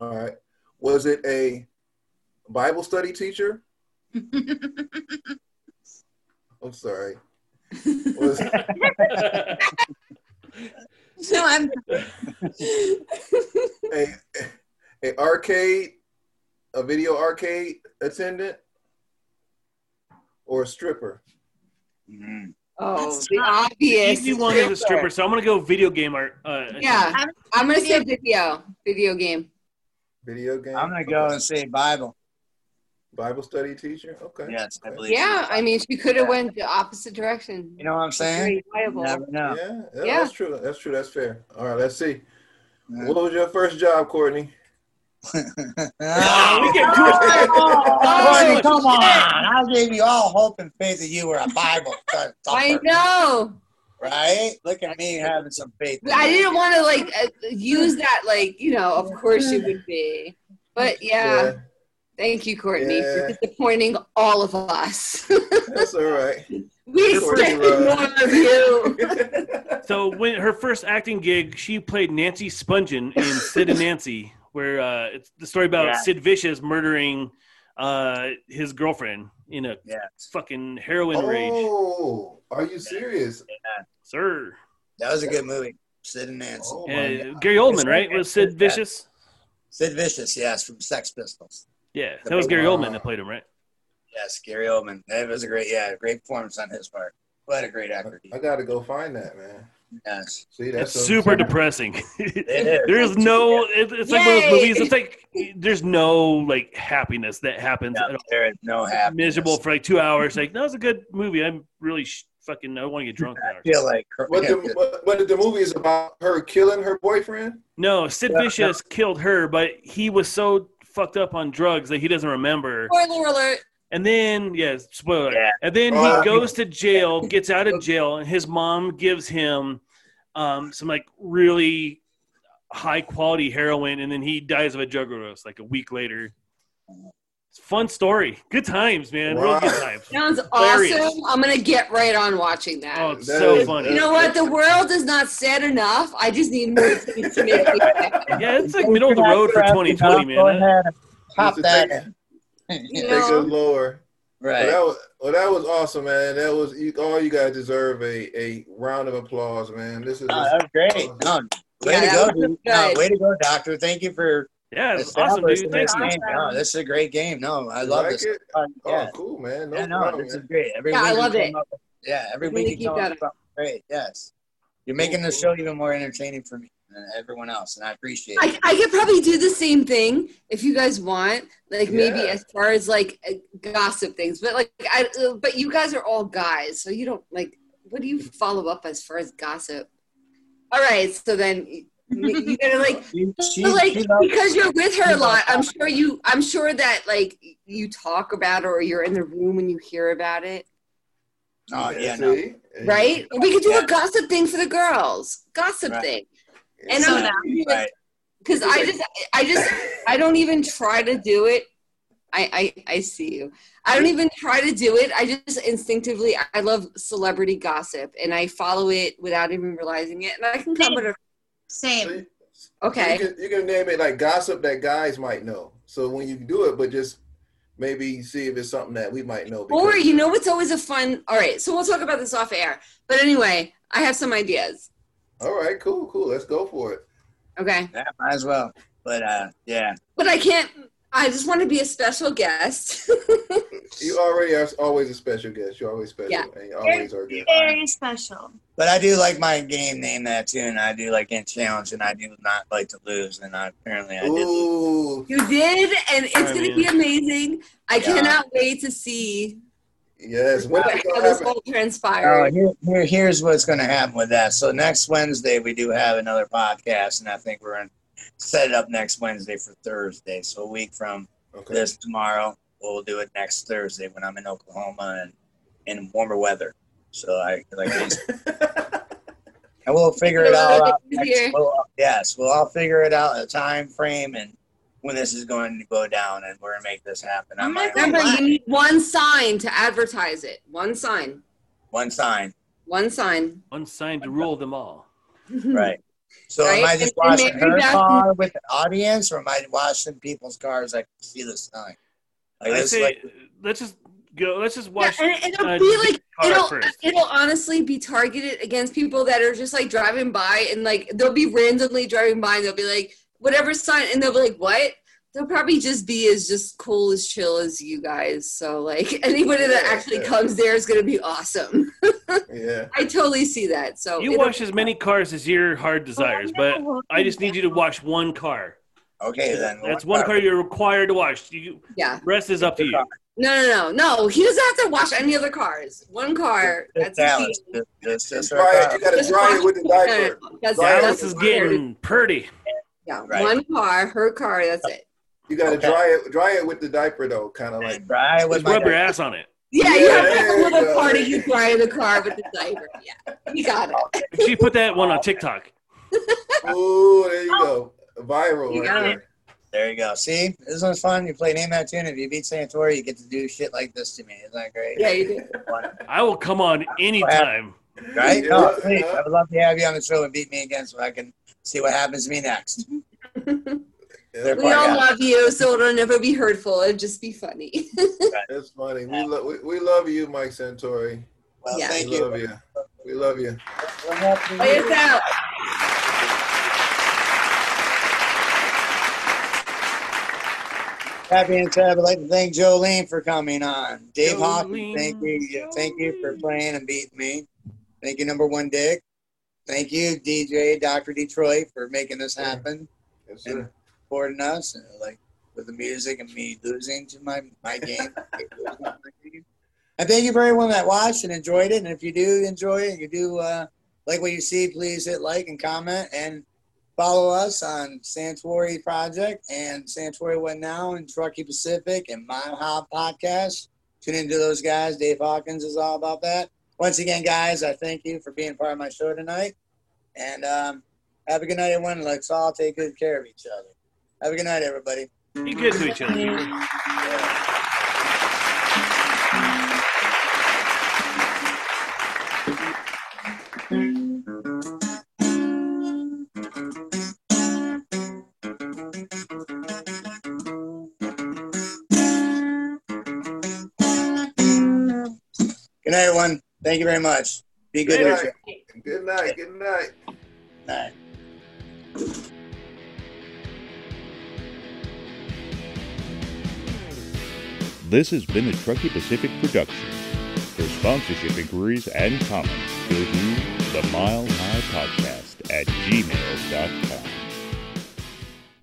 All right, was it a Bible study teacher? I'm sorry. Was,
No, I'm
a, a arcade, a video arcade attendant, or a stripper.
Mhm.
[laughs] oh,
That's
the obvious.
Easy one is a stripper, so I'm gonna go video game art. Uh,
Yeah, I'm gonna say video. Video game.
Video game.
I'm gonna go
Okay.
and say Bible.
Bible study teacher. Okay.
Yes, I believe.
Yeah, I mean, she could have went the opposite direction.
You know what I'm saying?
Very viable.
Never [laughs] know.
Yeah, that-
Yeah.
that's true. That's true. That's fair. All right, let's see.
Yeah.
What was your first job, Courtney?
Ah, we get good.
Courtney, come on! I gave you all hope and faith that you were a Bible [laughs] thumper,
I know.
right? Look at me having some faith. in
I
you.
didn't want to like uh, use that. Like you know, of course you would be. But yeah, thank you, Courtney,
Yeah.
for disappointing all of us. [laughs]
Yeah, that's all right.
we
Courtney
expected
Love.
more
[laughs]
of you.
So when her first acting gig, she played Nancy Spungen in Sid and Nancy, where uh, it's the story about
Yeah.
Sid Vicious murdering uh, his girlfriend in a
Yeah.
fucking heroin rage.
oh, are you serious?
Sir,
That was a good movie. Sid and Nancy.
Oh,
Uh,
my God.
Gary Oldman, right? Was Sid
Yeah.
Vicious?
Sid Vicious, yes, from Sex Pistols.
Yeah, that was Gary Oldman that played him, right?
Yes, Gary Oldman. That was a great, yeah, great performance on his part. What a great actor. he
I gotta go find that man.
Yes.
See,
It's
that's so-
super depressing. [laughs]
is.
there's no. It, it's like one of those
Yay!
movies. It's like there's no like happiness that happens.
Yeah,
at all.
there is no happiness.
miserable for like two hours. Like that was a good movie. I'm really sh- fucking. I want to get drunk. Now.
I feel like
What the, what, what the movie is about? Her killing her boyfriend.
No, Sid
Yeah, no.
Vicious killed her, but he was so fucked up on drugs that he doesn't remember.
Spoiler alert.
And then, yes, spoiler.
Yeah.
And then
Oh.
he goes
[laughs]
to jail, gets out of jail, and his mom gives him um, some like really high quality heroin, and then he dies of a drug overdose like a week later. It's a fun story. Good times, man.
Wow.
Real good times.
Sounds
Hilarious.
awesome. I'm gonna get right on watching that.
Oh, it's
That
so
is-
funny.
You know what? The world is not sad enough. I just need more things to make me sad.
Yeah, it's like middle of the road for 2020,
Go
man.
ahead and pop
Just
that
take-
in.
You
Take
know?
us lower. Well,
Right.
that was well, that was awesome, man. That was you, all you guys deserve a, a round of applause, man. This is
Oh, that was great. No, way
Yeah,
to
that
go,
was
dude. No,
good.
way to go, doctor. Thank you for
Yeah, it's awesome,
establishing
dude. Thanks,
this
man.
game. No, this is a great game. No, I
you
love
like
this.
it?
Uh, yeah.
Oh, cool, man. No
yeah, no,
problem,
this is
man.
great. Every
Yeah, I
week you
love
come
it.
up with- yeah, every
Really
week you
keep
come
that
up
up.
with something great. Yes, you're making the
cool.
show even more entertaining for me and everyone else, and I appreciate it.
I, I could probably do the same thing if you guys want, like maybe
Yeah.
as far as like uh, gossip things, but like I, uh, but you guys are all guys, so you don't like. What do you follow up as far as gossip? All right, so then you- you gotta like, [laughs]
She- she-
but, like
she loves-
because you're with her
she
a
loves
lot. I'm sure you. I'm sure that like you talk about it or you're in the room and you hear about it,
oh yeah, no.
see?
right? We could do
Yeah.
a gossip thing for the girls, gossip
Right.
thing,
Yeah.
and
So
I'm
now-
Right.
because I just, I just I don't even try to do it. I, I I see you. I don't even try to do it. I just instinctively I love celebrity gossip and I follow it without even realizing it. And I can come at a
same.
See?
Okay.
You can, you can name it like gossip that guys might know. So when you do it, but just maybe see if it's something that we might know.
Or
because-
you know what's always a fun. All right, so we'll talk about this off air. But anyway, I have some ideas.
All right, cool, cool. Let's go for it.
Okay,
Yeah, might as well. But uh, yeah,
but I can't. I just want to be a special guest. [laughs]
You already are always a special guest. You're always special,
Yeah.
and you always are good.
Very special.
but I do like my game name that too, and I do like getting challenged, and I do not like to lose, and I apparently I did. lose.
Ooh,
you did, and it's
I
going to
mean-
be amazing. I
Yeah.
cannot wait to see
yes. When is it
how
gonna
this
happen?
all
Oh,
transpires.
here, here, here's what's going to happen with that. So next Wednesday we do have another podcast, and I think we're going to set it up next Wednesday for Thursday. So a week from
Okay.
this tomorrow, we'll do it next Thursday when I'm in Oklahoma and in warmer weather. So I
[laughs]
like, and we'll figure it all out. Next, we'll, yes, we'll all figure it out a time frame and when this is going to go down, and we're going to make this happen. I
Oh my
might
God.
Remember, you need one sign to advertise it. One sign.
one sign,
One sign.
One sign to rule them all.
right? So am I
Hmm. Right,
just
and- and
watching
maybe
her
that's-
car with the audience, or am I watching people's cars? I can see the sign. Like,
I
this,
say,
like,
let's just go. Let's just
[laughs] Yeah,
watch.
and it- it'll
uh,
be like
Car
it'll
first.
it'll honestly be targeted against people that are just like driving by and like they'll be randomly driving by and they'll be like whatever sign and they'll be like what they'll probably just be as just cool as chill as you guys so like [laughs] anybody that
Yeah,
actually
yeah.
comes there is gonna be awesome
Yeah.
i totally see that so
You
it'll-
watch as many cars as your heart desires, but I just need you to watch one car.
okay, then
That's one car you're required to watch. You
yeah
rest is up to you.
no no no no he doesn't have to watch any other cars one car that's
Dallas.
the
Just- just- just her
Dry it.
car.
You gotta
Just
dry
watch-
it with the
no, no,
diaper.
no, that's,
Dallas
Dallas
that's
is
required.
getting pretty.
yeah
Right.
one car her car that's it
You gotta
Okay.
dry it. Dry it with the diaper though, kind of
[laughs]
like.
Right, with
Just
my
rub your ass on it.
Yeah, you have to have
Yeah,
a little part
yeah.
of you crying in the car with the diaper. Yeah, you got it.
She put that one on TikTok.
Ooh, there you go. Viral.
You
right
got it.
there.
There you go. See, this was fun. You play name that tune. If you beat Santori, you get to do shit like this to me. Isn't that great?
Yeah, you do.
I will come on anytime.
Right?
Yeah,
No,
yeah.
please, I would love to have you on the show and beat me again, so I can see what happens to me next.
Yeah,
We all love you, so it'll never be hurtful. It'll just be funny.
That's funny. We love we, we love you, Mike Santori.
Well,
Yeah.
thank
we
you.
love you. We love you.
What happened to
Play
you?
us out.
Happy and Tab. I'd like to thank Jolene for coming on. Dave Hawkins,
Jolene,
thank you. Thank you for
Jolene.
playing and beating me. Thank you, number one dick. Thank you, DJ Dr. Detroit, for making this happen,
Yes,
And-
sir.
supporting us, and like with the music and me losing to my, my game. [laughs] and thank you for everyone that watched and enjoyed it. And if you do enjoy it, you do uh, like what you see, please hit like and comment and follow us on Santori Project and Santori What Now and Truckee Pacific and Mile High Podcast. Tune into those guys. Dave Hawkins is all about that. Once again, guys, I thank you for being part of my show tonight. And um, have a good night, everyone. Let's all take good care of each other. Have a good night, everybody.
Be good to each other. people.
Good night, everyone. Thank you very much. Be good
Good
to each
night.
other.
Good night. Good night.
Good night.
This has been a Truckee Pacific production. For sponsorship inquiries and comments, go to the Mile High Podcast at gmail.com.